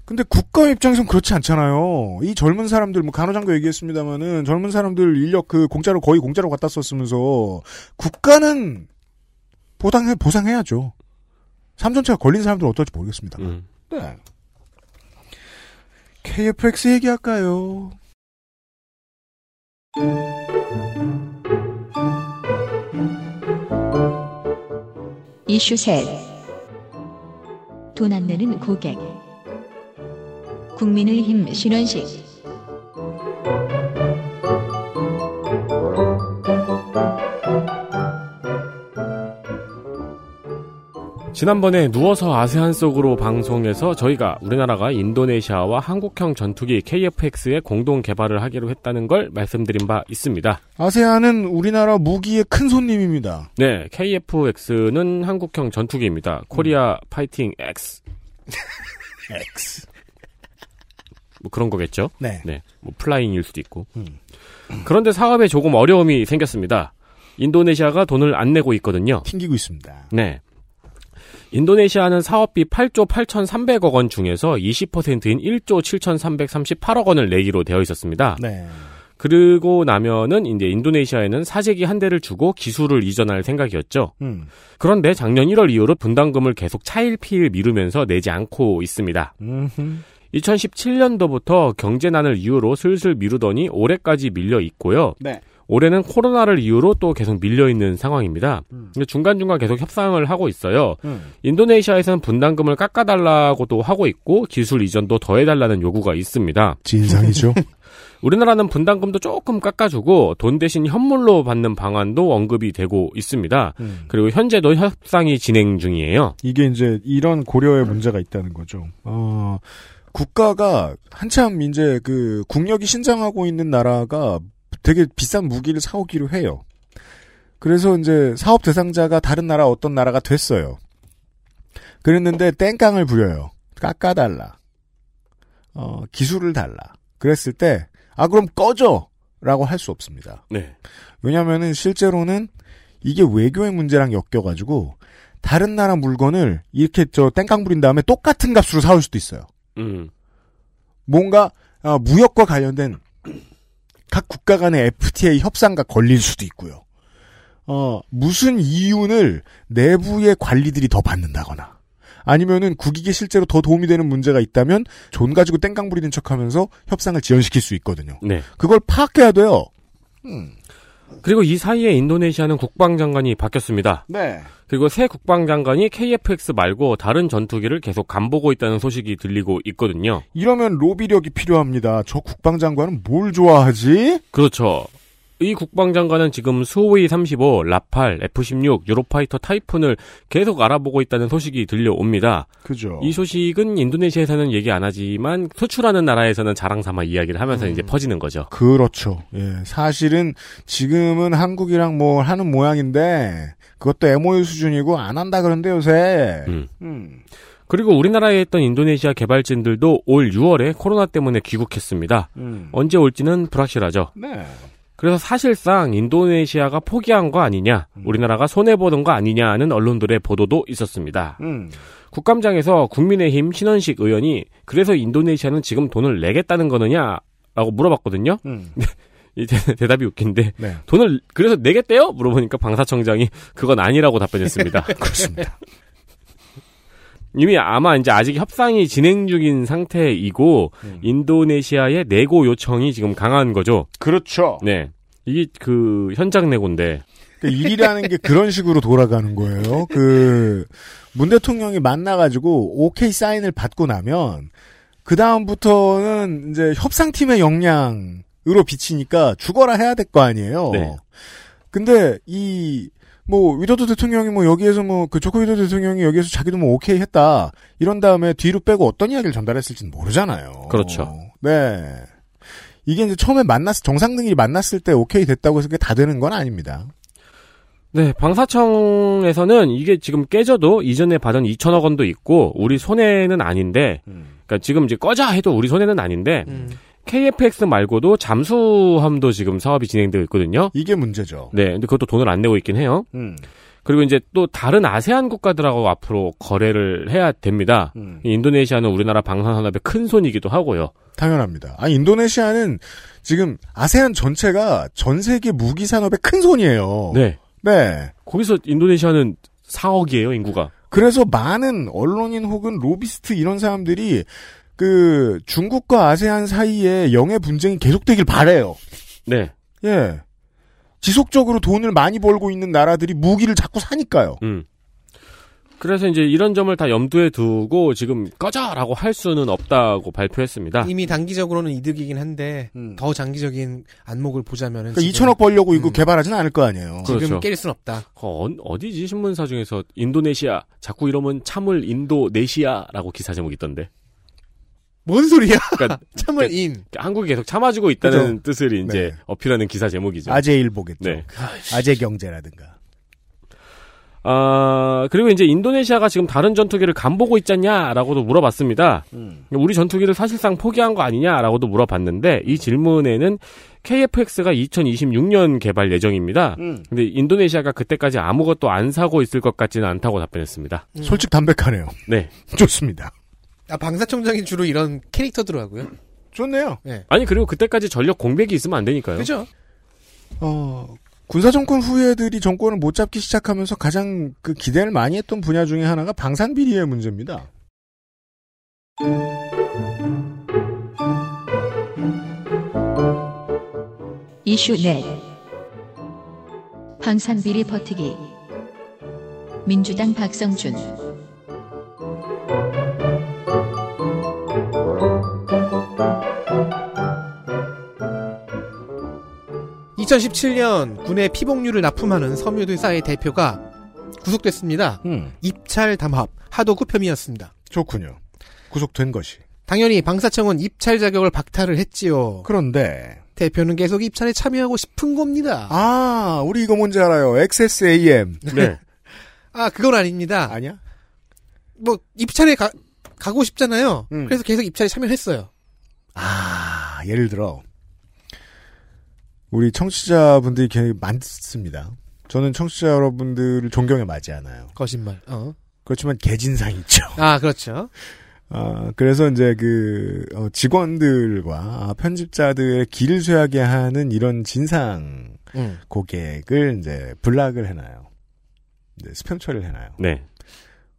근데 국가 입장에선 그렇지 않잖아요. 이 젊은 사람들, 뭐 간호장도 얘기했습니다만은 젊은 사람들 인력 그 공짜로 거의 공짜로 갖다 썼으면서 국가는 보상해 보상해야죠. 삼전체가 걸린 사람들은 어떨지 모르겠습니다.
음.
네. KFX 얘기할까요?
이슈 셋. 돈 안 내는 고객. 국민의힘 신원식.
지난번에 누워서 아세안 속으로 방송에서 저희가 우리나라가 인도네시아와 한국형 전투기 KFX의 공동 개발을 하기로 했다는 걸 말씀드린 바 있습니다.
아세안은 우리나라 무기의 큰 손님입니다.
네, KFX는 한국형 전투기입니다. 코리아 파이팅 X.
X.
뭐 그런 거겠죠?
네.
네, 뭐 플라잉일 수도 있고. 그런데 사업에 조금 어려움이 생겼습니다. 인도네시아가 돈을 안 내고 있거든요.
튕기고 있습니다.
네. 인도네시아는 사업비 8조 8,300억 원 중에서 20%인 1조 7,338억 원을 내기로 되어 있었습니다.
네.
그리고 나면은 이제 인도네시아에는 사재기 한 대를 주고 기술을 이전할 생각이었죠.
음.
그런데 작년 1월 이후로 분담금을 계속 차일피일 미루면서 내지 않고 있습니다.
음흠.
2017년도부터 경제난을 이유로 슬슬 미루더니 올해까지 밀려 있고요.
네.
올해는 코로나를 이유로 또 계속 밀려 있는 상황입니다. 근데 중간중간 계속 협상을 하고 있어요.
음.
인도네시아에서는 분담금을 깎아달라고도 하고 있고 기술 이전도 더해달라는 요구가 있습니다.
진상이죠.
우리나라는 분담금도 조금 깎아주고 돈 대신 현물로 받는 방안도 언급이 되고 있습니다.
[LAUGHS] 음.
그리고 현재도 협상이 진행 중이에요.
이게 이제 이런 고려의 문제가 있다는 거죠. 어, 국가가 한참 이제 그 국력이 신장하고 있는 나라가 되게 비싼 무기를 사오기로 해요. 그래서 이제 사업 대상자가 다른 나라 어떤 나라가 됐어요. 그랬는데 땡깡을 부려요. 깎아달라. 어, 기술을 달라. 그랬을 때, 아, 그럼 꺼져! 라고 할 수 없습니다.
네.
왜냐면은 실제로는 이게 외교의 문제랑 엮여가지고 다른 나라 물건을 이렇게 저 땡깡 부린 다음에 똑같은 값으로 사올 수도 있어요.
음.
뭔가 아, 무역과 관련된 각 국가 간의 FTA 협상과 걸릴 수도 있고요. 어, 무슨 이윤을 내부의 관리들이 더 받는다거나 아니면은 국익에 실제로 더 도움이 되는 문제가 있다면 존 가지고 땡깡 부리는 척하면서 협상을 지연시킬 수 있거든요.
네.
그걸 파악해야 돼요.
그리고 이 사이에 인도네시아는 국방장관이 바뀌었습니다.
네.
그리고 새 국방장관이 KFX 말고 다른 전투기를 계속 간보고 있다는 소식이 들리고 있거든요.
이러면 로비력이 필요합니다. 저 국방장관은 뭘 좋아하지?
그렇죠. 이 국방장관은 지금 수호이 35, 라팔, F-16, 유로파이터 타이푼을 계속 알아보고 있다는 소식이 들려옵니다.
그죠.
이 소식은 인도네시아에서는 얘기 안 하지만 수출하는 나라에서는 자랑삼아 이야기를 하면서
음.
이제 퍼지는 거죠.
그렇죠. 예, 사실은 지금은 한국이랑 뭐 하는 모양인데 그것도 MOU 수준이고 안 한다 그런데 요새.
음.
음.
그리고 우리나라에 있던 인도네시아 개발진들도 올 6월에 코로나 때문에 귀국했습니다.
음.
언제 올지는 불확실하죠.
네.
그래서 사실상 인도네시아가 포기한 거 아니냐, 우리나라가 손해보는 거 아니냐는 언론들의 보도도 있었습니다.
음.
국감장에서 국민의힘 신원식 의원이 그래서 인도네시아는 지금 돈을 내겠다는 거느냐? 라고 물어봤거든요.
음.
이 대- 대답이 웃긴데
네.
돈을 그래서 내겠대요? 물어보니까 방사청장이 그건 아니라고 답변했습니다.
그렇습니다. [LAUGHS]
이미 아마 이제 아직 협상이 진행 중인 상태이고 인도네시아의 내고 요청이 지금 강한 거죠.
그렇죠.
네. 이게 그 현장 내고인데
그 일이라는 게 그런 식으로 돌아가는 거예요. 그, 문 대통령이 만나가지고, 오케이 사인을 받고 나면, 그다음부터는 이제 협상팀의 역량으로 비치니까 죽어라 해야 될 거 아니에요.
네.
근데, 이, 뭐, 위도도 대통령이 뭐, 여기에서 뭐, 그 조코 위도 대통령이 여기에서 자기도 뭐, 오케이 했다. 이런 다음에 뒤로 빼고 어떤 이야기를 전달했을지는 모르잖아요.
그렇죠.
네. 이게 이제 처음에 만났, 정상 등이 만났을 때 오케이 됐다고 해서 그게 다 되는 건 아닙니다.
네, 방사청에서는 이게 지금 깨져도 이전에 받은 2천억 원도 있고 우리 손해는 아닌데 그러니까 지금 이제 꺼자 해도 우리 손해는 아닌데
음.
KFX 말고도 잠수함도 지금 사업이 진행되고 있거든요.
이게 문제죠.
네, 근데 그것도 돈을 안 내고 있긴 해요.
음.
그리고 이제 또 다른 아세안 국가들하고 앞으로 거래를 해야 됩니다.
음.
이 인도네시아는 우리나라 방산산업의 큰 손이기도 하고요.
당연합니다. 아니, 인도네시아는 지금 아세안 전체가 전 세계 무기 산업의 큰 손이에요.
네.
네.
거기서 인도네시아는 4억이에요, 인구가.
그래서 많은 언론인 혹은 로비스트 이런 사람들이 그 중국과 아세안 사이에 영해 분쟁이 계속되길 바래요.
네.
예. 지속적으로 돈을 많이 벌고 있는 나라들이 무기를 자꾸 사니까요. 그러니까
음. 그래서 이제 이런 점을 다 염두에 두고 지금 꺼져라고 할 수는 없다고 발표했습니다.
이미 단기적으로는 이득이긴 한데 더 장기적인 안목을 보자면은
음. 그러니까
지금,
2천억 벌려고 이거
음.
개발하진 않을 거 아니에요.
그- 그렇죠.
지금 깰 순 없다.
어, 디지 신문사 중에서 인도네시아 자꾸 이러면 참을 인도네시아라고 기사 제목이 있던데.
뭔 소리야? [LAUGHS]
그러니까
[LAUGHS]
참을 인.
한국이 계속 참아주고 있다는 뜻을 이제
네.
어필하는 기사 제목이죠.
아재일보겠죠.
네.
아재 경제라든가.
아, 그리고 이제 인도네시아가 지금 다른 전투기를 간보고 있잖냐라고도 물어봤습니다.
음.
우리 전투기를 사실상 포기한 거 아니냐라고도 물어봤는데 이 질문에는 KFX가 2026년 개발 예정입니다.
음.
근데 인도네시아가 그때까지 아무것도 안 사고 있을 것 같지는 않다고 답변했습니다.
음.
솔직 담백하네요.
네.
[LAUGHS] 좋습니다.
아 방사청장이 주로 이런 캐릭터더라고요.
좋네요.
아니 그리고 그때까지 전력 공백이 있으면 안 되니까요.
그죠?
어, 군사정권 후예들이 정권을 못 잡기 시작하면서 가장 그 기대를 많이 했던 분야 중에 하나가 방산비리의 문제입니다.
이슈 넷 방산비리 버티기 민주당 박성준
그 2017년 군의 피복류를 납품하는 섬유들사의 대표가 구속됐습니다.
음,
입찰 담합 하도급 혐의였습니다.
좋군요. 구속된 것이.
당연히 방사청은 입찰 자격을 박탈을 했지요.
어. 그런데,
대표는 계속 입찰에 참여하고 싶은 겁니다. 아,
아, 우리 이거 뭔지 알아요. XSAM.
네.
그건 아닙니다.
[LAUGHS] 아니야?
뭐 입찰에 가, 가고 싶잖아요.
음.
그래서 계속 입찰에 참여했어요.
아, 예를 들어. 우리 청취자분들이 굉장히 많습니다. 저는 청취자 여러분들을 존경에 맞지 않아요.
거짓말. 어.
그렇지만 개진상 있죠.
아 그렇죠.
아, 그래서 이제 그, 어, 직원들과 아, 편집자들의 길을 쇠하게 하는 이런 진상
음.
고객을 이제 블락을 해놔요. 이제 스팸 처리를 해놔요.
네.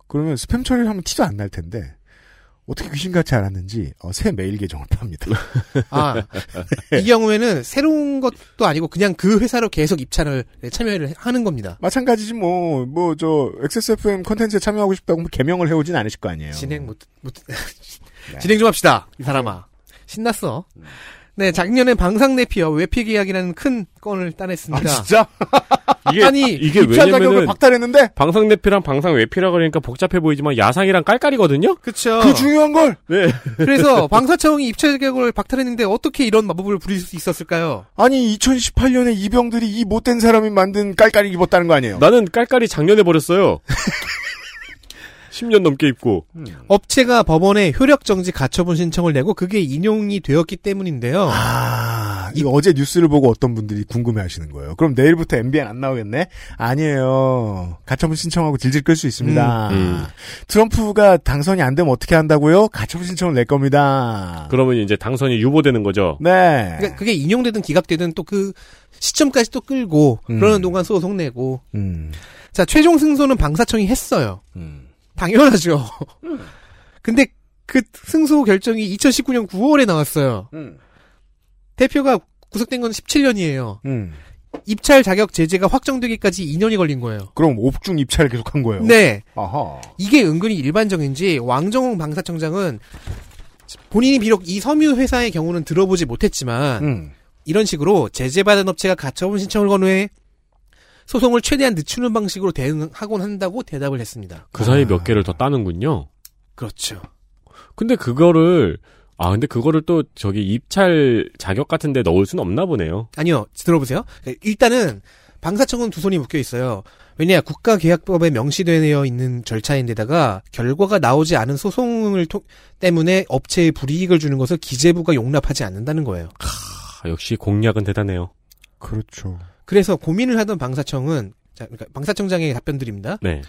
그러면 스팸 처리를 하면 티도 안 날 텐데 어떻게 귀신같이 알았는지 어, 새 메일 계정을
[LAUGHS]
팝니다.
[LAUGHS] 아, 이 경우에는 새로운 것도 아니고 그냥 그 회사로 계속 입찰을 네, 참여를 하는 겁니다.
마찬가지지 뭐 뭐 저 XSFM 컨텐츠에 참여하고 싶다고 뭐 개명을 해오진 않으실 거 아니에요.
진행 못, 못 [LAUGHS]
네.
진행 좀 합시다. 이 사람아. 신났어.
음.
네, 작년에 방상내피어 외피 계약이라는 큰 건을
아
따냈습니다.
진짜?
이게
아니,
이게
입찰 자격을
왜냐면은
박탈했는데
방상 내피랑 방상 외피라 그러니까 복잡해 보이지만 야상이랑 깔깔이거든요.
그쵸.
그 중요한 걸
네.
[LAUGHS] 그래서 방사청이 입찰 계약을 박탈했는데 어떻게 이런 마법을 부릴 수 있었을까요?
아니 2018년에 이병들이 이 못된 사람이 만든 깔깔이 입었다는 거 아니에요?
나는 깔깔이 작년에 버렸어요. [LAUGHS] 10년 넘게 입고.
음.
업체가 법원에 효력정지 가처분 신청을 내고 그게 인용이 되었기 때문인데요.
아, 이거 어제 뉴스를 보고 어떤 분들이 궁금해 하시는 거예요. 그럼 내일부터 MBN 안 나오겠네? 아니에요. 가처분 신청하고 질질 끌 수 있습니다.
음, 음.
트럼프가 당선이 안 되면 어떻게 한다고요? 가처분 신청을 낼 겁니다.
그러면 이제 당선이 유보되는 거죠.
네.
그러니까 그게 인용되든 기각되든 또 그 시점까지 또 끌고
음.
그러는 동안 소송 내고
음.
자 최종 승소는 방사청이 했어요. 당연하죠. 근데 그 승소 결정이 2019년 9월에 나왔어요. 대표가 구속된 건 17년이에요.
음.
입찰 자격 제재가 확정되기까지 2년이 걸린 거예요.
그럼 옥중 입찰을 계속한 거예요.
네,
아하.
이게 은근히 일반적인지 왕정홍 방사청장은 본인이 비록 이 섬유 회사의 경우는 들어보지 못했지만
음.
이런 식으로 제재받은 업체가 가처분 신청을 건 후에 소송을 최대한 늦추는 방식으로 대응하곤 한다고 대답을 했습니다.
그 사이 몇 개를 더 따는군요.
그렇죠.
근데 그거를 아 근데 그거를 또 저기 입찰 자격 같은 데 넣을 순 없나 보네요.
아니요, 들어보세요. 일단은 방사청은 두 손이 묶여 있어요. 왜냐, 국가계약법에 명시되어 있는 절차인데다가 결과가 나오지 않은 소송을 통- 때문에 업체에 불이익을 주는 것을 기재부가 용납하지 않는다는 거예요.
아, 역시 공략은 대단해요.
그렇죠.
그래서 고민을 하던 방사청은 자, 그러니까 방사청장의 답변 드립니다.
네.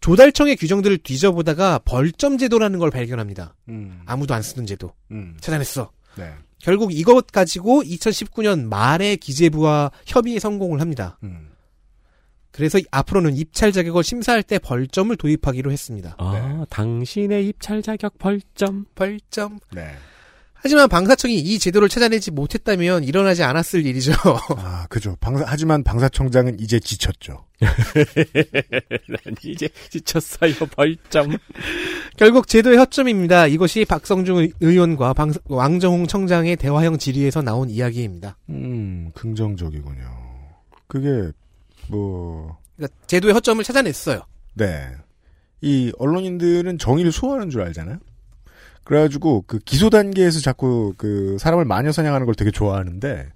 조달청의 규정들을 뒤져보다가 벌점 제도라는 걸 발견합니다.
음.
아무도 안 쓰던 제도
음.
찾아냈어.
네.
결국 이것 가지고 2019년 말에 기재부와 협의에 성공을 합니다.
음.
그래서 앞으로는 입찰 자격을 심사할 때 벌점을 도입하기로 했습니다.
아 당신의 입찰 자격 벌점.
벌점.
네.
하지만 방사청이 이 제도를 찾아내지 못했다면 일어나지 않았을 일이죠. [LAUGHS]
아, 그죠. 방사, 하지만 방사청장은 이제 지쳤죠.
[LAUGHS] 난 이제 지쳤어요 벌점.
결국 제도의 허점입니다. 이것이 박성중 의- 의원과 방- 왕정홍 청장의 대화형 질의에서 나온 이야기입니다.
음, 긍정적이군요. 그게, 뭐,
그러니까 제도의 허점을 찾아냈어요.
네. 이 언론인들은 정의를 소화하는 줄 알잖아요. 그래가지고 그 기소 단계에서 자꾸 그 사람을 마녀 사냥하는 걸 되게 좋아하는데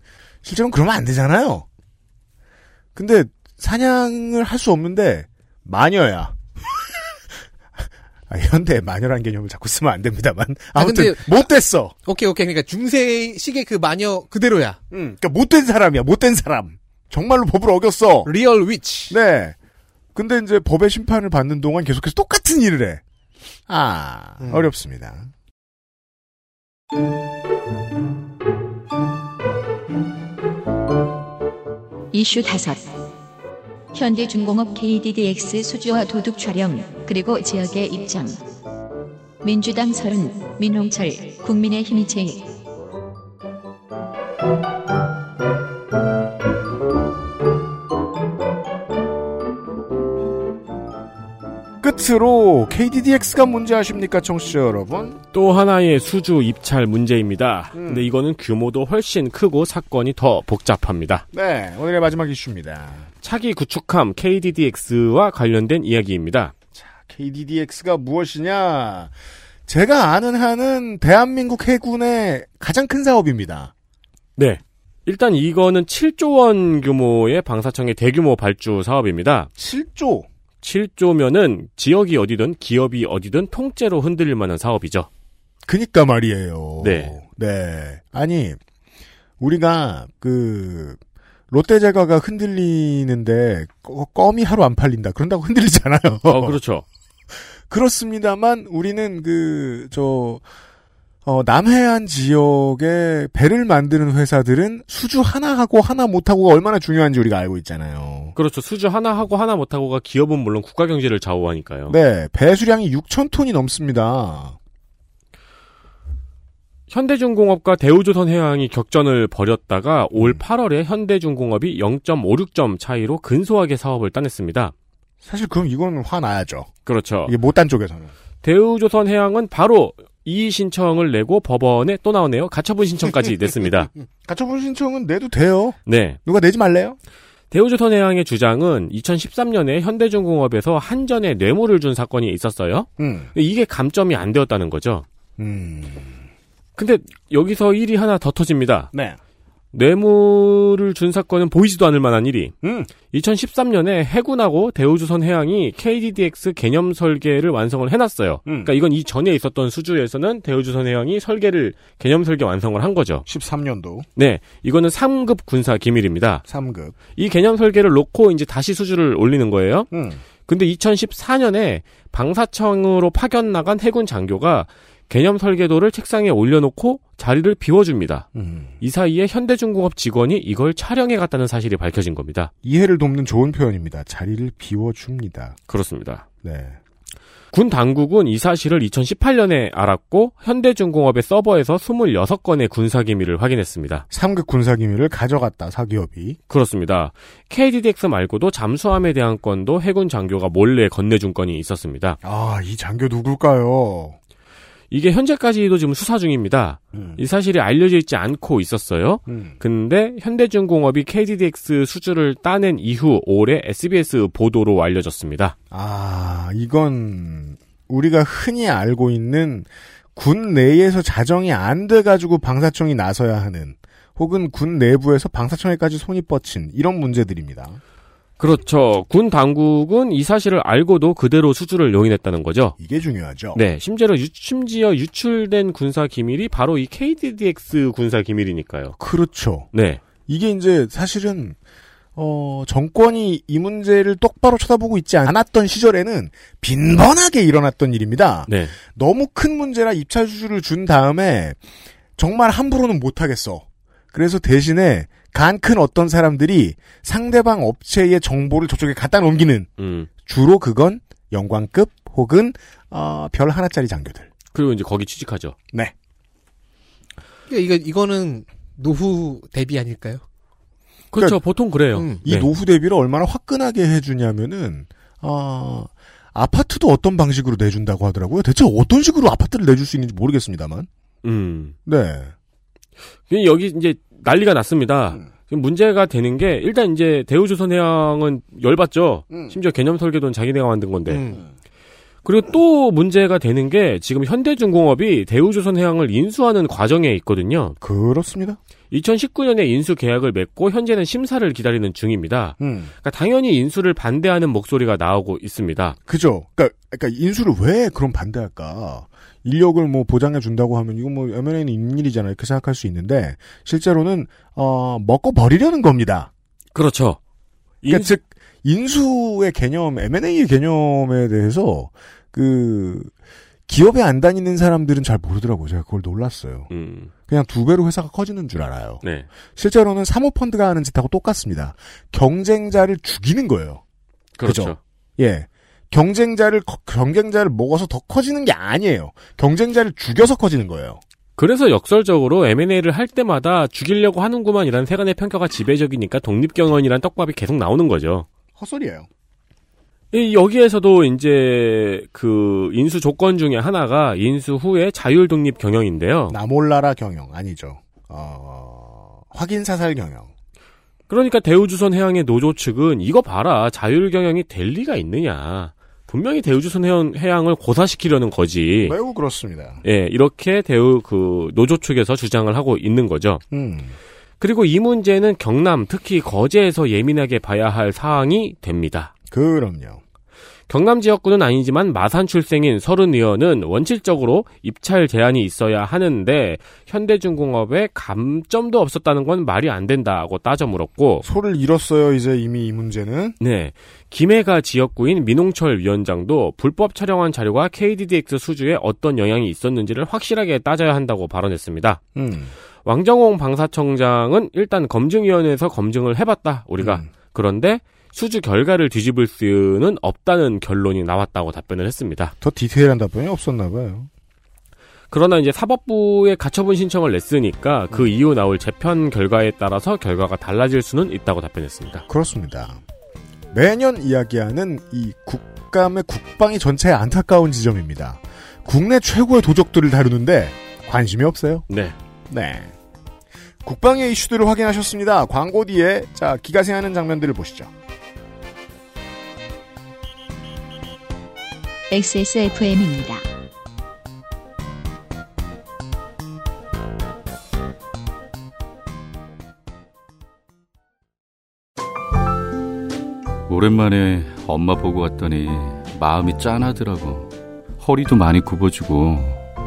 실제로는 그러면 안 되잖아요. 근데 사냥을 할 수 없는데 마녀야. [LAUGHS] 아, 현대 마녀란 개념을 자꾸 쓰면 안 됩니다만
아,
아무튼
근데-
못 됐어.
오케이 오케이. 그러니까 중세식의 그 마녀 그대로야.
응. 그러니까 못된 사람이야. 못된 사람. 정말로 법을 어겼어.
리얼 위치.
네. 근데 이제 법의 심판을 받는 동안 계속해서 똑같은 일을 해. 아,
음.
어렵습니다.
이슈 다섯 현대중공업 KDDX 수주와 도둑 촬영 그리고 지역의 입장 민주당 서른 민홍철 국민의힘 이채희
끝으로 KDDX가 뭔지 아십니까, 청취자 여러분?
또 하나의 수주 입찰 문제입니다. 근데 이거는 규모도 훨씬 크고 사건이 더 복잡합니다.
네, 오늘의 마지막 이슈입니다.
차기 구축함 KDDX와 관련된 이야기입니다.
KDDX가 무엇이냐? 제가 아는 한은 대한민국 해군의 가장 큰 사업입니다.
네. 일단 이거는 7조 원 규모의 방사청의 대규모 발주 사업입니다.
7조.
7조면은 지역이 어디든 기업이 어디든 통째로 흔들릴 만한 사업이죠.
그니까 말이에요.
네.
네. 아니, 우리가, 그, 롯데자가가 흔들리는데, 거- 껌이 하루 안 팔린다. 그런다고 [LAUGHS] 흔들리잖아요.
어, 그렇죠.
그렇습니다만 우리는 그 저 어, 남해안 지역에 배를 만드는 회사들은 수주 하나하고 하나 못하고가 얼마나 중요한지 우리가 알고 있잖아요.
그렇죠. 수주 하나 하고 하나 못 하고가 기업은 물론 국가 경제를 좌우하니까요.
네, 배 수량이 6천 톤이 넘습니다.
현대중공업과 대우조선해양이 격전을 벌였다가 올 8월에 현대중공업이 0.56점 차이로 근소하게 사업을 따냈습니다.
사실 그럼 이건 화나야죠.
그렇죠.
이게 못단 쪽에서는.
대우조선해양은 바로 이의 신청을 내고 법원에 또 나오네요. 가처분 신청까지 냈습니다.
가처분 신청은 내도 돼요.
네.
누가 내지 말래요?
대우조선해양의 주장은 2013년에 현대중공업에서 한전에 뇌물을 준 사건이 있었어요.
음.
이게 감점이 안 되었다는 거죠.
음.
근데 여기서 일이 하나 더 터집니다.
네.
뇌물을 준 사건은 보이지도 않을 만한 일이
음.
2013년에 해군하고 대우조선해양이 KDDX 개념 설계를 완성을 해놨어요. 그러니까 이건 이 전에 있었던 수주에서는 대우조선해양이 설계를 개념 설계 완성을 한 거죠.
13년도
네, 이거는 3급 군사 기밀입니다.
3급.
이 개념 설계를 놓고 이제 다시 수주를 올리는 거예요.
음.
근데 2014년에 방사청으로 파견 나간 해군 장교가 개념 설계도를 책상에 올려놓고 자리를 비워줍니다.
음.
이 사이에 현대중공업 직원이 이걸 촬영해 갔다는 사실이 밝혀진 겁니다.
이해를 돕는 좋은 표현입니다. 자리를 비워줍니다.
그렇습니다.
네.
군 당국은 이 사실을 2018년에 알았고 현대중공업의 서버에서 26건의 군사기밀을 확인했습니다.
3급 군사기밀을 가져갔다, 사기업이.
그렇습니다. KDDX 말고도 잠수함에 대한 건도 해군 장교가 몰래 건네준 건이 있었습니다.
아, 이 장교 누굴까요?
이게 현재까지도 지금 수사 중입니다.
음.
이 사실이 알려져 있지 않고 있었어요.
음.
근데 현대중공업이 KDDX 수주를 따낸 이후 올해 SBS 보도로 알려졌습니다.
아, 이건 우리가 흔히 알고 있는 군 내에서 자정이 안 돼가지고 방사청이 나서야 하는 혹은 군 내부에서 방사청에까지 손이 뻗친 이런 문제들입니다.
그렇죠. 군 당국은 이 사실을 알고도 그대로 수주를 용인했다는 거죠.
이게 중요하죠.
네, 심지어, 유, 심지어 유출된 군사 기밀이 바로 이 KDDX 군사 기밀이니까요.
그렇죠.
네,
이게 이제 사실은 어, 정권이 이 문제를 똑바로 쳐다보고 있지 않았던 시절에는 빈번하게 일어났던 일입니다.
네,
너무 큰 문제라 입찰 수주를 준 다음에 정말 함부로는 못하겠어. 그래서 대신에 간 큰 어떤 사람들이 상대방 업체의 정보를 저쪽에 갖다 넘기는
음.
주로 그건 영광급 혹은 어, 별 하나짜리 장교들.
그리고 이제 거기 취직하죠.
네.
그러니까 이거 이거는 노후 대비 아닐까요?
그렇죠. 보통 그래요.
음,
이
네.
노후 대비를 얼마나 화끈하게 해주냐면은 아 아파트도 어떤 방식으로 내준다고 하더라고요. 대체 어떤 식으로 아파트를 내줄 수 있는지 모르겠습니다만.
음.
네.
근데 음. 여기 이제 난리가 났습니다. 지금 문제가 되는 게 일단 이제 대우조선해양은 열받죠. 심지어 개념 설계도는 자기네가 만든 건데.
음.
그리고 또 문제가 되는 게 지금 현대중공업이 대우조선해양을 인수하는 과정에 있거든요.
그렇습니다.
2019년에 인수 계약을 맺고 현재는 심사를 기다리는 중입니다.
음.
그러니까 당연히 인수를 반대하는 목소리가 나오고 있습니다.
그죠. 그러니까, 그러니까 인수를 왜 그럼 반대할까? 인력을 뭐 보장해 준다고 하면 이건 뭐 M&A는 인일이잖아요. 이렇게 생각할 수 있는데 실제로는 어 먹고 버리려는 겁니다.
그렇죠.
그러니까 즉 인수의 개념, M&A의 개념에 대해서 그 기업에 안 다니는 사람들은 잘 모르더라고요. 제가 그걸 놀랐어요.
음,
그냥 두 배로 회사가 커지는 줄 알아요.
네.
실제로는 사모펀드가 하는 짓하고 똑같습니다. 경쟁자를 죽이는 거예요.
그렇죠.
그죠? 예. 경쟁자를, 커- 경쟁자를 먹어서 더 커지는 게 아니에요. 경쟁자를 죽여서 커지는 거예요.
그래서 역설적으로 M&A를 할 때마다 죽이려고 하는구만이라는 세간의 평가가 지배적이니까 독립경영이란 떡밥이 계속 나오는 거죠.
헛소리예요.
이- 여기에서도 이제 그 인수 조건 중에 하나가 인수 후에 자율 독립 경영인데요.
나 몰라라 경영. 아니죠. 어, 확인사살 경영.
그러니까 대우조선해양의 노조 측은 이거 봐라 자율 경영이 될 리가 있느냐. 분명히 대우조선해양을 고사시키려는 거지.
매우 그렇습니다.
예, 이렇게 대우 그 노조 측에서 주장을 하고 있는 거죠.
음.
그리고 이 문제는 경남, 특히 거제에서 예민하게 봐야 할 사항이 됩니다.
그럼요.
경남 지역구는 아니지만 마산 출생인 서른 의원은 원칙적으로 입찰 제한이 있어야 하는데 현대중공업에 감점도 없었다는 건 말이 안 된다고 따져 물었고
소를 잃었어요, 이제 이미 이 문제는.
네. 김해가 지역구인 민홍철 위원장도 불법 촬영한 자료가 KDDX 수주에 어떤 영향이 있었는지를 확실하게 따져야 한다고 발언했습니다.
음.
왕정홍 방사청장은 일단 검증위원회에서 검증을 해봤다, 우리가.
음.
그런데 수주 결과를 뒤집을 수는 없다는 결론이 나왔다고 답변을 했습니다.
더 디테일한 답변이 없었나 봐요.
그러나 이제 사법부에 가처분 신청을 냈으니까 그 이후 나올 재편 결과에 따라서 결과가 달라질 수는 있다고 답변했습니다.
그렇습니다. 매년 이야기하는 이 국감의 국방이 전체의 안타까운 지점입니다. 국내 최고의 도적들을 다루는데 관심이 없어요.
네.
네. 국방의 이슈들을 확인하셨습니다. 광고 뒤에 자 기가 새하는 장면들을 보시죠.
XSFM입니다.
오랜만에 엄마 보고 왔더니 마음이 짠하더라고. 허리도 많이 굽어지고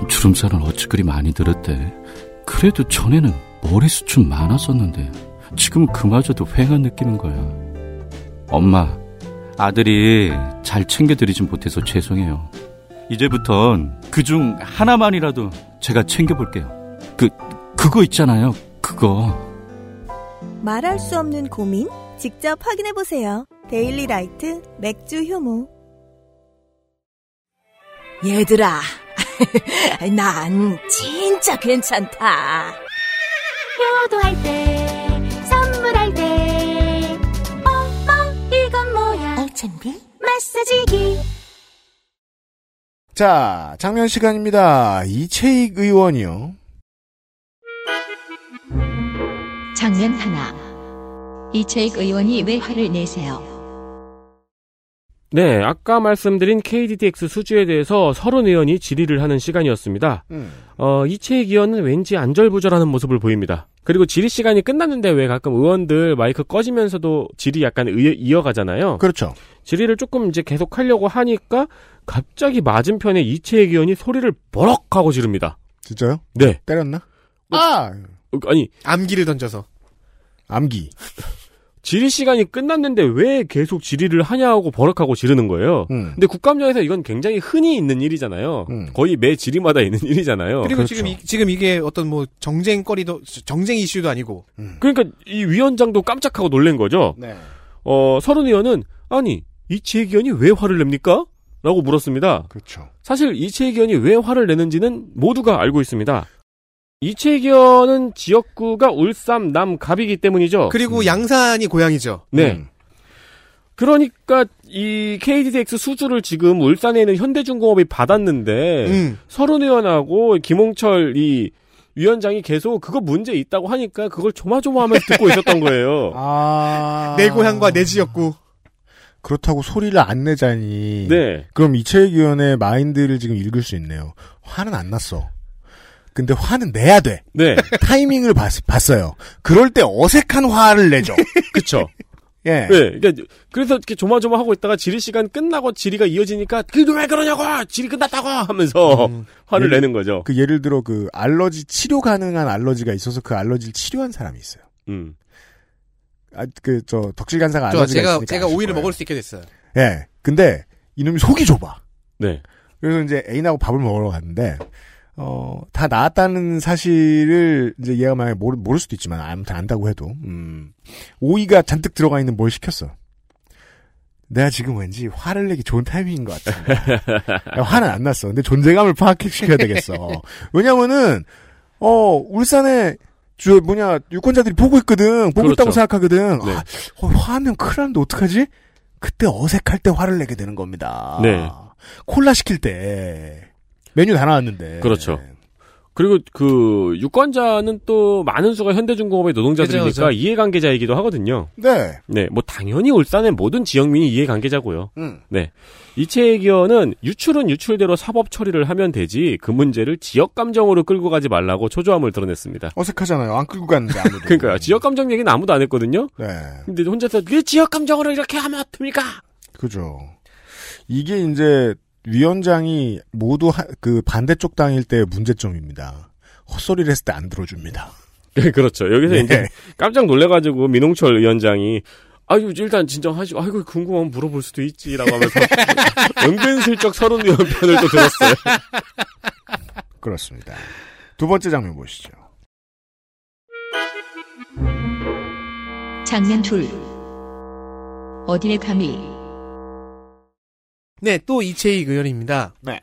주름살은 어찌 그리 많이 들었대. 그래도 전에는 머리숱은 많았었는데 지금은 그마저도 휑한 느끼는 거야. 엄마, 아들이 잘 챙겨드리진 못해서 죄송해요. 이제부턴 그중 하나만이라도 제가 챙겨볼게요. 그, 그거 있잖아요. 그거.
말할 수 없는 고민? 직접 확인해보세요. 데일리 라이트 맥주 효모. [LAUGHS]
얘들아, 난 진짜 괜찮다.
효도할 때, 선물할 때, 엄마 이건 뭐야?
알찬비?
마사지기.
자 장면 시간입니다. 이채익 의원이요.
장면 하나. 이채익 의원이 왜 화를 내세요?
네, 아까 말씀드린 KDDX 수주에 대해서 서른 의원이 질의를 하는 시간이었습니다.
음,
어, 이채익 의원은 왠지 안절부절하는 모습을 보입니다. 그리고 질의 시간이 끝났는데 왜 가끔 의원들 마이크 꺼지면서도 질의 약간 의- 이어가잖아요.
그렇죠.
질의를 조금 이제 계속 하려고 하니까 갑자기 맞은편에 이채익 의원이 소리를 버럭 하고 지릅니다.
진짜요?
네.
때렸나? 아
어, 아니
암기를 던져서
암기.
질의 시간이 끝났는데 왜 계속 질의를 하냐고 버럭하고 지르는 거예요.
음.
근데 국감장에서 이건 굉장히 흔히 있는 일이잖아요.
음.
거의 매 질의마다 있는 [LAUGHS] 일이잖아요.
그리고 지금 이, 지금 이게 어떤 뭐 정쟁거리도 정쟁 이슈도 아니고
그러니까 이 위원장도 깜짝하고 놀란 거죠.
음. 네.
어, 서른 의원은 아니 이치혜기 의원이 왜 화를 냅니까? 라고 물었습니다.
그렇죠.
사실 이치혜기 의원이 왜 화를 내는지는 모두가 알고 있습니다. 이치혜기 의원은 지역구가 울산 남갑이기 때문이죠.
그리고 음. 양산이 고향이죠.
네. 그러니까 이 KDDX 수주를 지금 울산에 있는 현대중공업이 받았는데
음.
서른 의원하고 김홍철 이 위원장이 계속 그거 문제 있다고 하니까 그걸 조마조마하면서 듣고 있었던
[LAUGHS]
거예요.
아
내네 고향과 내 지역구.
그렇다고 소리를 안
예.
내자니.
네.
그럼 이채익 의원의 마인드를 지금 읽을 수 있네요. 화는 안 났어. 근데 화는 내야 돼.
[LAUGHS]
네.
타이밍을 봤, 봤어요. 그럴 때 어색한 화를
[LAUGHS]
내죠.
그쵸. 네.
예.
그러니까 그래서 이렇게 조마조마하고 있다가 질의 시간 끝나고 질의가 이어지니까 그왜 그러냐고 질의 끝났다고 하면서
음.
화를
네.
내는 거죠.
그 예를 들어 그 알러지 치료 가능한 알러지가 있어서 그 알러지를 치료한 사람이 있어요.
음.
아, 그 저 덕질 간사가
저
알러지가
제가
있으니까
제가
아실
오이를
거예요.
먹을 수 있게 됐어요.
예. 근데 이놈이 속이 좁아.
네.
그래서 이제 애인하고 밥을 먹으러 갔는데 어, 다 나았다는 사실을 이제 얘가 만약에 모르, 모를 수도 있지만 아무튼 안다고 해도 음. 오이가 잔뜩 들어가 있는 뭘 시켰어. 내가 지금 왠지 화를 내기 좋은 타이밍인 것 같아. 화는 안 났어. 근데 존재감을 파악시켜야 되겠어. 왜냐면은 어 울산에 저 뭐냐 유권자들이 보고 있거든. 보고
그렇죠.
있다고 생각하거든.
네.
아, 어, 화하면 큰일 났는데 어떡하지? 그때 어색할 때 화를 내게 되는 겁니다.
네.
콜라 시킬 때 메뉴 다 나왔는데.
그렇죠. 그리고 그 유권자는 또 많은 수가 현대중공업의 노동자들이니까
그죠, 그죠.
이해관계자이기도 하거든요.
네.
네, 뭐 당연히 울산의 모든 지역민이 이해관계자고요.
음.
네, 이채의견은 유출은 유출대로 사법 처리를 하면 되지 그 문제를 지역 감정으로 끌고 가지 말라고 초조함을 드러냈습니다.
어색하잖아요. 안 끌고 갔는데
[LAUGHS]
아무도.
음.
그러니까 요 지역 감정 얘기는 아무도 안 했거든요.
네.
근데 혼자서 왜 지역 감정으로 이렇게 하면 어떻습니까?
그죠. 이게 이제 위원장이 모두 하- 그 반대쪽 당일 때의 문제점입니다. 헛소리를 했을 때 안 들어줍니다.
네, 그렇죠. 여기서
예.
이제 깜짝 놀래가지고 민홍철 위원장이 아유 일단 진정하시고 아이고 궁금하면 물어볼 수도 있지라고 하면서 [LAUGHS] 은근슬쩍 서른 위원 편을 또 들었어요.
[LAUGHS] 그렇습니다. 두 번째 장면 보시죠.
장면 둘. 어딜 감히
네, 또 이채익 의원입니다.
네.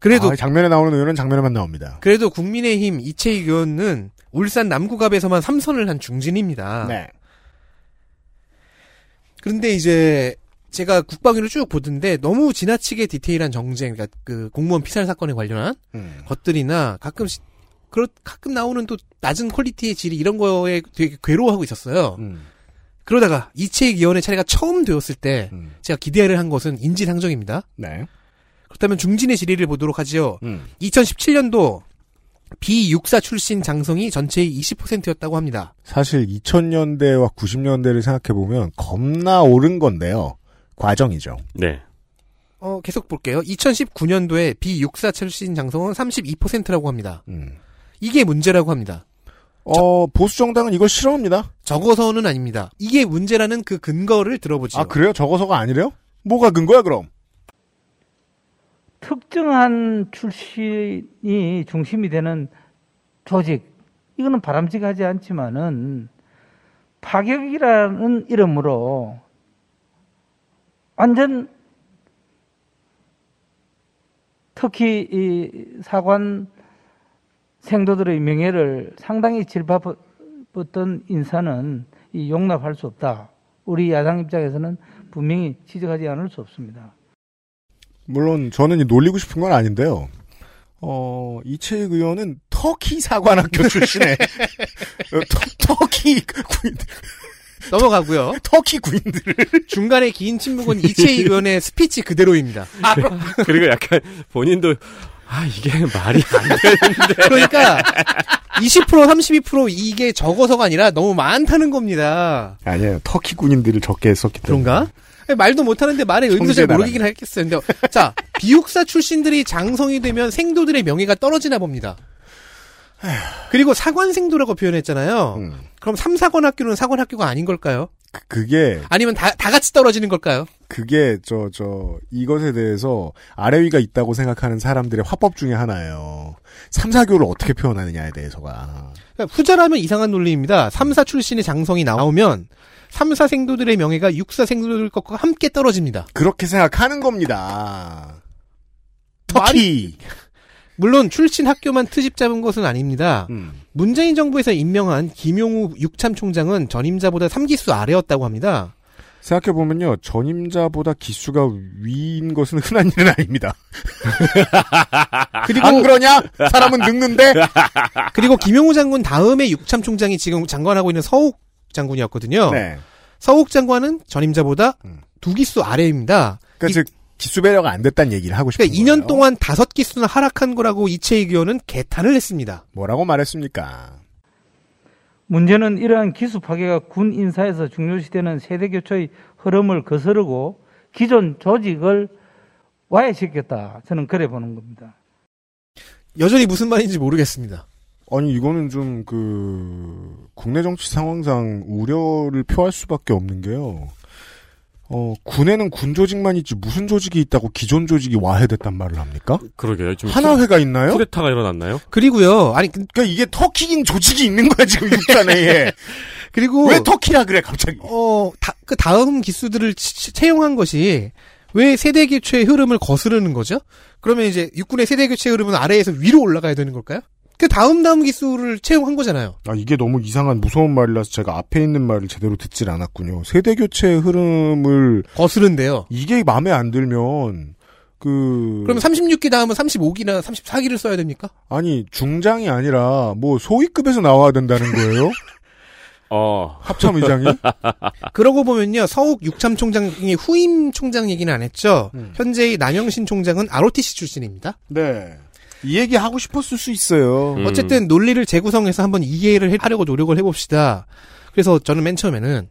그래도
아, 장면에 나오는 의원은 장면에만 나옵니다.
그래도 국민의힘 이채익 의원은 울산 남구갑에서만 3선을 한 중진입니다.
네.
그런데 이제 제가 국방위를 쭉 보던데 너무 지나치게 디테일한 정쟁, 그러니까 그 공무원 피살 사건에 관련한
음.
것들이나 가끔 시- 그렇 가끔 나오는 또 낮은 퀄리티의 질이 이런 거에 되게 괴로워하고 있었어요.
음.
그러다가 이채익 의원의 차례가 처음 되었을 때 제가 기대를 한 것은 인지상정입니다.
네. 음.
그렇다면 중진의 질의를 보도록 하지요.
음.
2017년도 B64 출신 장성이 전체의 20%였다고 합니다.
사실 2000년대와 90년대를 생각해보면 겁나 오른 건데요. 과정이죠.
네.
어, 계속 볼게요. 2019년도에 B64 출신 장성은 32%라고 합니다.
음.
이게 문제라고 합니다.
어, 보수 정당은 이걸 싫어합니다.
적어서는 아닙니다. 이게 문제라는 그 근거를 들어보죠.
아, 그래요? 적어서가 아니래요? 뭐가 근거야, 그럼?
특정한 출신이 중심이 되는 조직 이거는 바람직하지 않지만은 파격이라는 이름으로 완전 특히 이 사관 생도들의 명예를 상당히 질파했던 인사는 이 용납할 수 없다. 우리 야당 입장에서는 분명히 지적하지 않을 수 없습니다.
물론 저는 이 놀리고 싶은 건 아닌데요. 어, 이채익 의원은 터키 사관학교 [LAUGHS] 출신의 어, 터, 터키 군인
넘어가고요.
터키 군인들
[LAUGHS] 중간에 긴 침묵은 이채익 의원의 스피치 그대로입니다.
그리고 약간 본인도 아 이게 말이 안 되는데.
그러니까 20% 32% 이게 적어서가 아니라 너무 많다는 겁니다.
아니에요. 터키 군인들을 적게 했었기 때문에.
그런가? 아니, 말도 못하는데 말의 의미도 잘
네. 형제나라.
모르긴 하겠어요. 근데 자 비육사 출신들이 장성이 되면 생도들의 명예가 떨어지나 봅니다. 그리고 사관생도라고 표현했잖아요.
음.
그럼 삼사관학교는 사관학교가 아닌 걸까요?
그게
아니면 다, 다 같이 떨어지는 걸까요?
그게 저 저 이것에 대해서 아래 위가 있다고 생각하는 사람들의 화법 중에 하나예요. 삼사교를 어떻게 표현하느냐에 대해서가.
그러니까 후자라면 이상한 논리입니다. 삼사 출신의 장성이 나오면 삼사 생도들의 명예가 육사 생도들 것과 함께 떨어집니다.
그렇게 생각하는 겁니다. 터키.
물론 출신 학교만 트집 잡은 것은 아닙니다.
음.
문재인 정부에서 임명한 김용우 육참 총장은 전임자보다 3기수 아래였다고 합니다.
생각해보면요, 전임자보다 기수가 위인 것은 흔한 일은 [LAUGHS] 아닙니다.
그리고
안 그러냐? 사람은 [LAUGHS] 늙는데? 아.
그리고 김용우 장군 다음에 육참 총장이 지금 장관하고 있는 서욱 장군이었거든요.
네. 음.
서욱 장관은 전임자보다 두 기수 아래입니다.
그러니까 즉 기수 배려가 안 됐다는 얘기를 하고 싶은
그러니까 2년
거예요.
동안 다섯 기수나 하락한 거라고 이채익 의원은 개탄을 했습니다.
뭐라고 말했습니까?
문제는 이러한 기수 파괴가 군 인사에서 중요시되는 세대 교체의 흐름을 거스르고 기존 조직을 와해시켰다. 저는 그래 보는 겁니다.
여전히 무슨 말인지 모르겠습니다.
아니 이거는 좀 그 국내 정치 상황상 우려를 표할 수밖에 없는 게요. 어 군에는 군 조직만 있지 무슨 조직이 있다고 기존 조직이 와해됐단 말을 합니까?
그러게요. 좀
하나 회가 있나요?
쿠데타가 일어났나요?
그리고요. 아니 그러니까
이게 터키인 조직이 있는 거야 지금 [LAUGHS] 육단에. 예.
그리고
왜 터키라 그래 갑자기?
어, 다, 그 다음 기수들을 치- 치- 채용한 것이 왜 세대 교체의 흐름을 거스르는 거죠? 그러면 이제 육군의 세대 교체 흐름은 아래에서 위로 올라가야 되는 걸까요? 그 다음 다음 기수를 채용한 거잖아요.
아 이게 너무 이상한 무서운 말이라서 제가 앞에 있는 말을 제대로 듣질 않았군요. 세대 교체의 흐름을
거스른데요.
이게 마음에 안 들면 그
그럼 36기 다음은 35기나 34기를 써야 됩니까?
아니 중장이 아니라 뭐 소위급에서 나와야 된다는 거예요?
어.
[LAUGHS] 합참 의장이?
그러고 보면요. 서욱 육참 총장이 후임 총장 얘기는 안 했죠. 현재의 남영신 총장은 ROTC 출신입니다.
[LAUGHS] 네. 이 얘기 하고 싶었을 수 있어요.
음.
어쨌든 논리를 재구성해서 한번 이해를 해- 하려고 노력을 해봅시다. 그래서 저는 맨 처음에는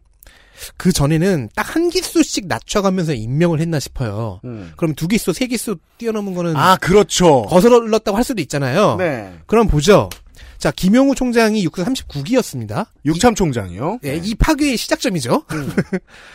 그 전에는 딱 한 기수씩 낮춰가면서 임명을 했나 싶어요. 그럼 두 기수, 세 기수 뛰어넘은 거는
음. 아, 그렇죠.
거슬렀다고 할 수도 있잖아요.
네.
그럼 보죠. 자, 김용우 총장이 육군 39기였습니다.
육참 총장이요?
예, 이 파괴의 시작점이죠.
음.
[LAUGHS]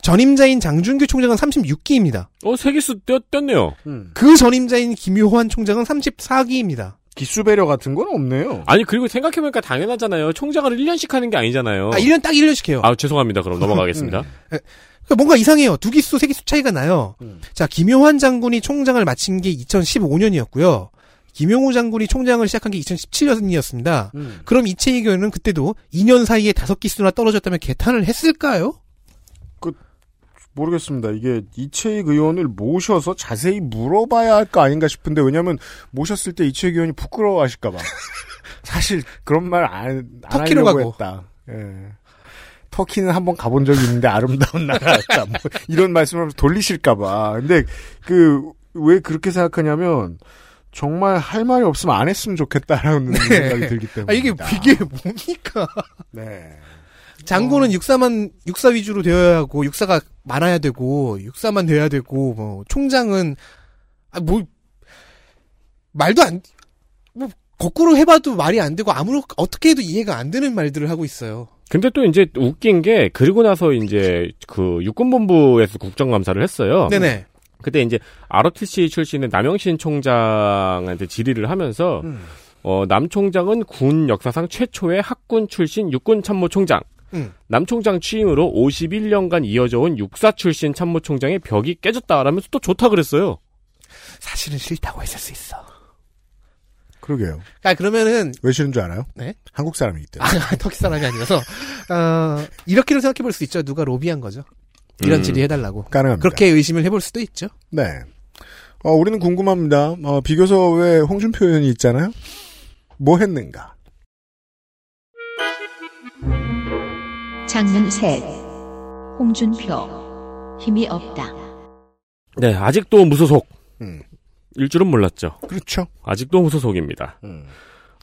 전임자인 장준규 총장은 36기입니다.
어, 세 기수 뛰, 뛰었네요.
음.
그 전임자인 김효환 총장은 34기입니다.
기수 배려 같은 건 없네요.
아니, 그리고 생각해보니까 당연하잖아요. 총장을 1년씩 하는 게 아니잖아요. 음,
아,
어.
1년 딱 1년씩 해요.
아, 죄송합니다. 그럼 넘어가겠습니다.
그러니까 뭔가 이상해요. 두 기수, 세 기수 차이가 나요. 자, 김용환 장군이 총장을 마친 게 2015년이었고요. 김용우 장군이 총장을 시작한 게 2017년이었습니다.
음.
그럼 이채희 교수는 그때도 2년 사이에 다섯 기수나 떨어졌다면 개탄을 했을까요?
모르겠습니다. 이게 이채익 의원을 모셔서 자세히 물어봐야 할 거 아닌가 싶은데 왜냐하면 모셨을 때 이채익 의원이
[LAUGHS]
부끄러워하실까봐 사실 그런 말안
터키로 가고.
했다. 예. 터키는 한번 가본 적이 있는데 아름다운 나라였다. 뭐 이런 말씀을 돌리실까봐. 근데 그 왜 그렇게 생각하냐면 정말 할 말이 없으면 안 했으면 좋겠다라는 생각이 들기 때문에.
아, 이게 이게 뭡니까?
네.
장군은 육사만 육사 위주로 되어야 하고 육사가 많아야 되고 육사만 돼야 되고 뭐 총장은 아 뭐 말도 안 뭐 거꾸로 해봐도 말이 안 되고 아무로 어떻게 해도 이해가 안 되는 말들을 하고 있어요.
근데 또 이제 웃긴 게, 그리고 나서 이제 그 육군본부에서 국정감사를 했어요.
네네.
그때 이제 ROTC 출신의 남영신 총장한테 질의를 하면서, 어, 남 총장은 군 역사상 최초의 학군 출신 육군 참모 총장.
음.
남 총장 취임으로 51년간 이어져 온 육사 출신 참모 총장의 벽이 깨졌다라면서 또 좋다 그랬어요.
사실은 싫다고 했을 수 있어.
그러게요.
아 그러면은
왜 싫은 줄 알아요?
네?
한국 사람이기 때문에.
아, 터키 사람이 아니라서 어, 이렇게는 생각해 볼 수 있죠. 누가 로비한 거죠. 이런
음.
질의 해달라고.
가능합니다.
그렇게 의심을 해볼 수도 있죠.
네. 어, 우리는 궁금합니다. 어, 비교서 왜 홍준표 의원이 있잖아요? 뭐 했는가?
장면 셋. 홍준표. 힘이 없다.
네, 아직도 무소속.
음.
일 줄은 몰랐죠.
그렇죠.
아직도 무소속입니다.
음.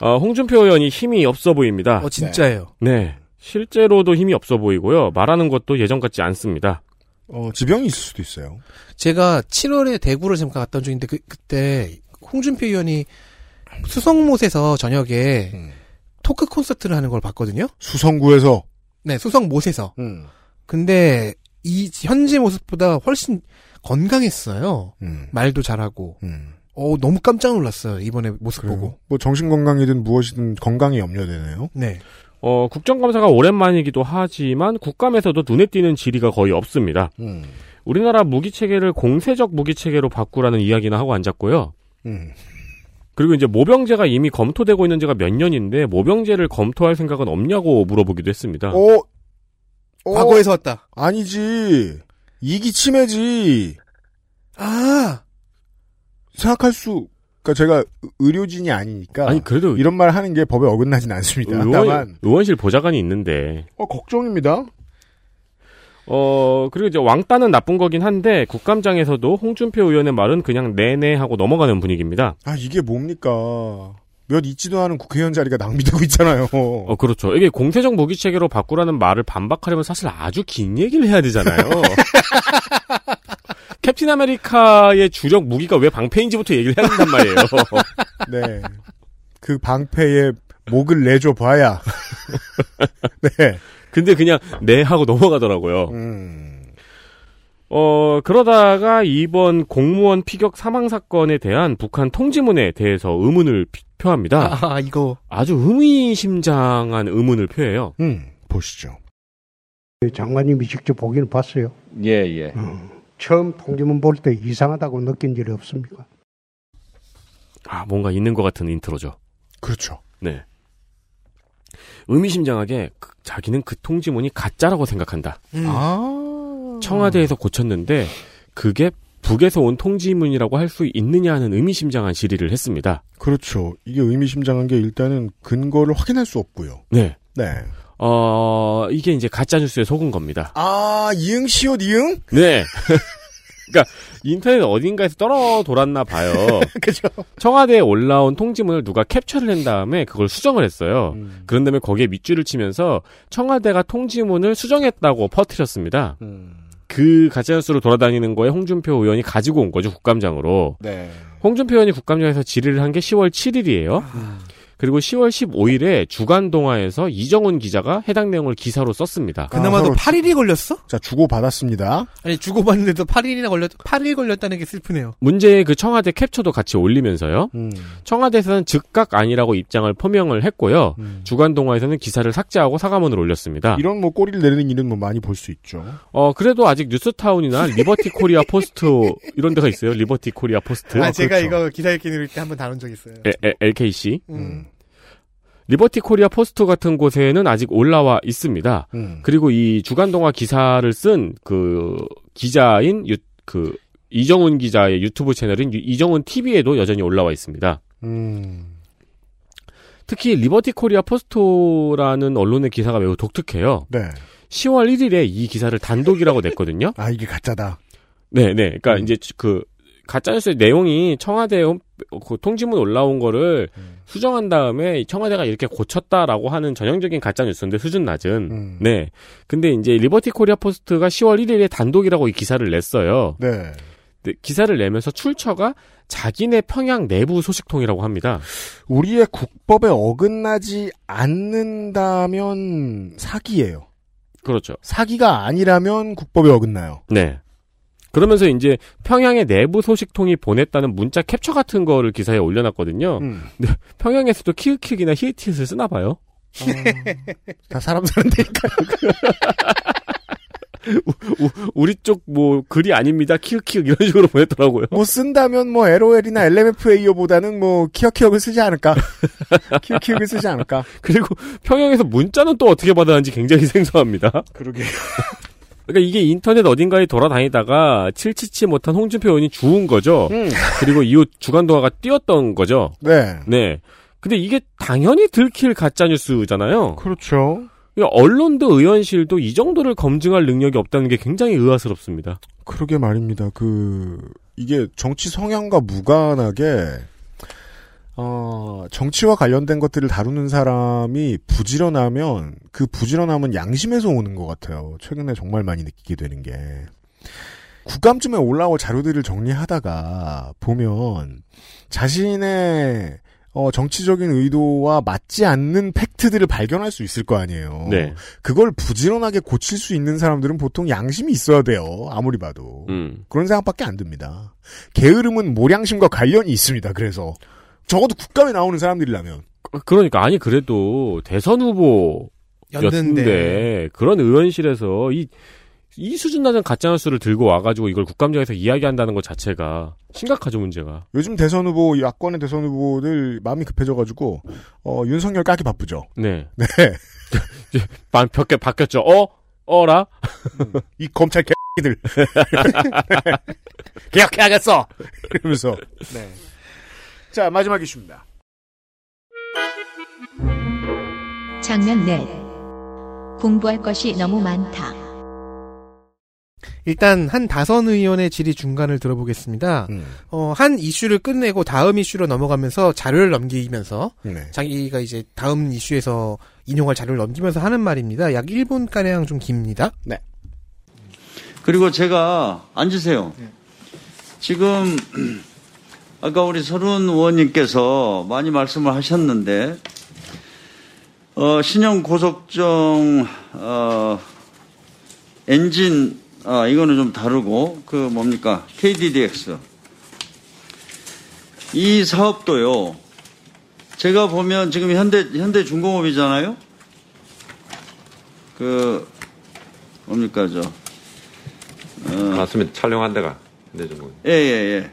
어, 홍준표 의원이 힘이 없어 보입니다.
어, 진짜예요.
네. 실제로도 힘이 없어 보이고요. 말하는 것도 예전 같지 않습니다.
어, 지병이 있을 수도 있어요.
제가 7월에 대구를 잠깐 갔던 중인데 그, 그때 홍준표 의원이 수성못에서 저녁에 토크 콘서트를 하는 걸 봤거든요.
수성구에서
네, 수성못에서.
음.
근데 이 현지 모습보다 훨씬 건강했어요.
음,
말도 잘하고. 어 너무 깜짝 놀랐어요 이번에 모습 보고.
뭐 정신 건강이든 무엇이든 건강이 염려되네요.
네.
어, 국정감사가 오랜만이기도 하지만 국감에서도 눈에 띄는 질의가 거의 없습니다.
음.
우리나라 무기 체계를 공세적 무기 체계로 바꾸라는 이야기나 하고 앉았고요.
음.
그리고 이제 모병제가 이미 검토되고 있는 지가 몇 년인데 모병제를 검토할 생각은 없냐고 물어보기도 했습니다.
어,
과거에서 왔다.
아니지. 이기 치매지.
아
생각할 수, 그니까 제가 의- 의료진이 아니니까.
아니 그래도
이런 말 하는 게 법에 어긋나진 않습니다. 다만,
의원, 의원실 보좌관이 있는데
어, 걱정입니다.
어, 그리고 이제 왕따는 나쁜 거긴 한데, 국감장에서도 홍준표 의원의 말은 그냥 네네 하고 넘어가는 분위기입니다.
아, 이게 뭡니까. 몇 있지도 않은 국회의원 자리가 낭비되고 있잖아요.
어, 그렇죠. 이게 공세적 무기체계로 바꾸라는 말을 반박하려면 사실 아주 긴 얘기를 해야 되잖아요. 캡틴 아메리카의 주력 무기가 왜 방패인지부터 얘기를 해야 된단 말이에요. [LAUGHS]
네. 그 방패에 목을 내줘 봐야. 네.
근데 그냥 네 하고 넘어가더라고요.
음.
어, 그러다가 이번 공무원 피격 사망 사건에 대한 북한 통지문에 대해서 의문을 피- 표합니다.
아 이거
아주 의미심장한 의문을 표해요.
음, 보시죠.
장관님이 직접 보기는 봤어요.
예, 예.
처음 통지문 볼 때 이상하다고 느낀 적이 없습니까?
아, 뭔가 있는 것 같은 인트로죠.
그렇죠.
네. 의미심장하게 그- 자기는 그 통지문이 가짜라고 생각한다.
음.
아.
청와대에서 고쳤는데 그게 북에서 온 통지문이라고 할 수 있느냐 하는 의미심장한 질의를 했습니다.
그렇죠. 이게 의미심장한 게 일단은 근거를 확인할 수 없고요.
네.
네.
어, 이게 이제 가짜뉴스에 속은 겁니다.
아, 이응 시옷 이응?
네. [LAUGHS] 그러니까 인터넷 어딘가에서 떨어 돌았나 봐요.
[LAUGHS] 그죠.
청와대에 올라온 통지문을 누가 캡처를 한 다음에 그걸 수정을 했어요. 그런 다음에 거기에 밑줄을 치면서 청와대가 통지문을 수정했다고 퍼뜨렸습니다.
음.
그 가짜뉴스로 돌아다니는 거에 홍준표 의원이 가지고 온 거죠 국감장으로.
네.
홍준표 의원이 국감장에서 질의를 한 게 10월 7일이에요.
아.
그리고 10월 15일에 주간 동화에서 이정훈 기자가 해당 내용을 기사로 썼습니다.
아, 그나마도 8일이 걸렸어?
아, 자, 주고받았습니다.
아니 주고받는데도 8일이나 걸렸 8일 걸렸다는 게 슬프네요.
문제의 그 청와대 캡처도 같이 올리면서요.
음.
청와대에서는 즉각 아니라고 입장을 표명을 했고요.
음.
주간 동화에서는 기사를 삭제하고 사과문을
아.
올렸습니다.
이런 뭐 꼬리를 내리는 일은 뭐 많이 볼 수 있죠.
어 그래도 아직 뉴스타운이나 리버티 코리아
[LAUGHS]
포스트 이런 데가 있어요. 리버티 코리아 포스트. 그렇죠.
아 제가 이거 기사 읽기 누릴 때 한번 다룬 적 있어요.
에, 에, LKC.
음.
리버티 코리아 포스트 같은 곳에는 아직 올라와 있습니다.
음.
그리고 이 주간 동화 기사를 쓴 그 기자인 유, 그 이정훈 기자의 유튜브 채널인 유- 이정훈 TV에도 여전히 올라와 있습니다.
그-
음.
특히 리버티 코리아 포스트라는 언론의 기사가 매우 독특해요.
네.
10월 1일에 이 기사를 단독이라고 냈거든요.
아 이게 가짜다.
[LAUGHS] 네, 네. 그러니까 이제 그 가짜뉴스의 내용이 청와대 홈- 그 통지문 올라온 거를 수정한 다음에 청와대가 이렇게 고쳤다라고 하는 전형적인 가짜뉴스인데 수준 낮은.
음.
네. 근데 이제 리버티 코리아 포스트가 10월 1일에 단독이라고 이 기사를 냈어요.
네.
근데 기사를 내면서 출처가 자기네 평양 내부 소식통이라고 합니다.
우리의 국법에 어긋나지 않는다면 사기예요.
그렇죠.
사기가 아니라면 국법에 어긋나요.
네. 그러면서 이제 평양의 내부 소식통이 보냈다는 문자 캡처 같은 거를 기사에
음.
올려놨거든요. 근데 평양에서도 키읔키읔이나 히읗히읗을 쓰나 봐요.
아. 다 사람 사는 데니까.
우리 쪽 뭐 글이 아닙니다. 키읔키읔 이런 식으로 [LAUGHS] 보냈더라고요.
뭐 쓴다면 뭐 LOL이나 LMFAO보다는 뭐 키어키어를 쓰지 [LAUGHS] 않을까. 키어키어를 쓰지 않을까.
그리고 평양에서 문자는 또 어떻게 받았는지 굉장히 [LAUGHS] 생소합니다.
그러게요.
[LAUGHS] 그러니까 이게 인터넷 어딘가에 돌아다니다가 칠치치 못한 홍준표 의원이 주운 거죠.
음.
그리고 이후 주간동화가 뛰었던 거죠.
네.
네. 근데 이게 당연히 들킬 가짜뉴스잖아요. 그러니까
그렇죠.
언론도 의원실도 이 정도를 검증할 능력이 없다는 게 굉장히 의아스럽습니다.
그러게 말입니다. 그 이게 정치 성향과 무관하게 어, 정치와 관련된 것들을 다루는 사람이 부지런하면 그 부지런함은 양심에서 오는 것 같아요. 최근에 정말 많이 느끼게 되는 게 국감쯤에 올라올 자료들을 정리하다가 보면 자신의 어, 정치적인 의도와 맞지 않는 팩트들을 발견할 수 있을 거 아니에요.
네.
그걸 부지런하게 고칠 수 있는 사람들은 보통 양심이 있어야 돼요. 아무리 봐도.
음.
그런 생각밖에 안 듭니다. 게으름은 모량심과 관련이 있습니다. 그래서 적어도 국감에 나오는 사람들이라면
그러니까 아니 그래도 대선 후보였는데
였는데.
그런 의원실에서 이, 이 수준 낮은 가짜뉴스를 들고 와가지고 이걸 국감장에서 이야기한다는 것 자체가 심각하죠 문제가.
요즘 대선 후보 야권의 대선 후보들 마음이 급해져가지고 어, 윤석열 까기 바쁘죠.
네. [LAUGHS]
네.
반 벽에 바뀌었죠. 어? 어라?
이 검찰 개들 [LAUGHS] 개혁해야겠어. 이러면서 네. 자 마지막 이슈입니다.
장면 넷. 공부할 것이 너무 많다.
일단 한 다선 의원의 질의 중간을 들어보겠습니다.
음,
어, 한 이슈를 끝내고 다음 이슈로 넘어가면서 자료를 넘기면서
네.
자기가 이제 다음 이슈에서 인용할 자료를 넘기면서 하는 말입니다. 약 1분 가량 좀 깁니다.
네.
그리고 제가 앉으세요. 지금 아까 우리 서른 의원님께서 많이 말씀을 하셨는데 어, 신형 고속정 어, 엔진 아, 이거는 좀 다르고 그 뭡니까 KDDX 이 사업도요. 제가 보면 지금 현대 현대중공업이잖아요. 그 뭡니까 저 어.
맞습니다. 촬영한 데가. 네, 좀.
예, 예, 예.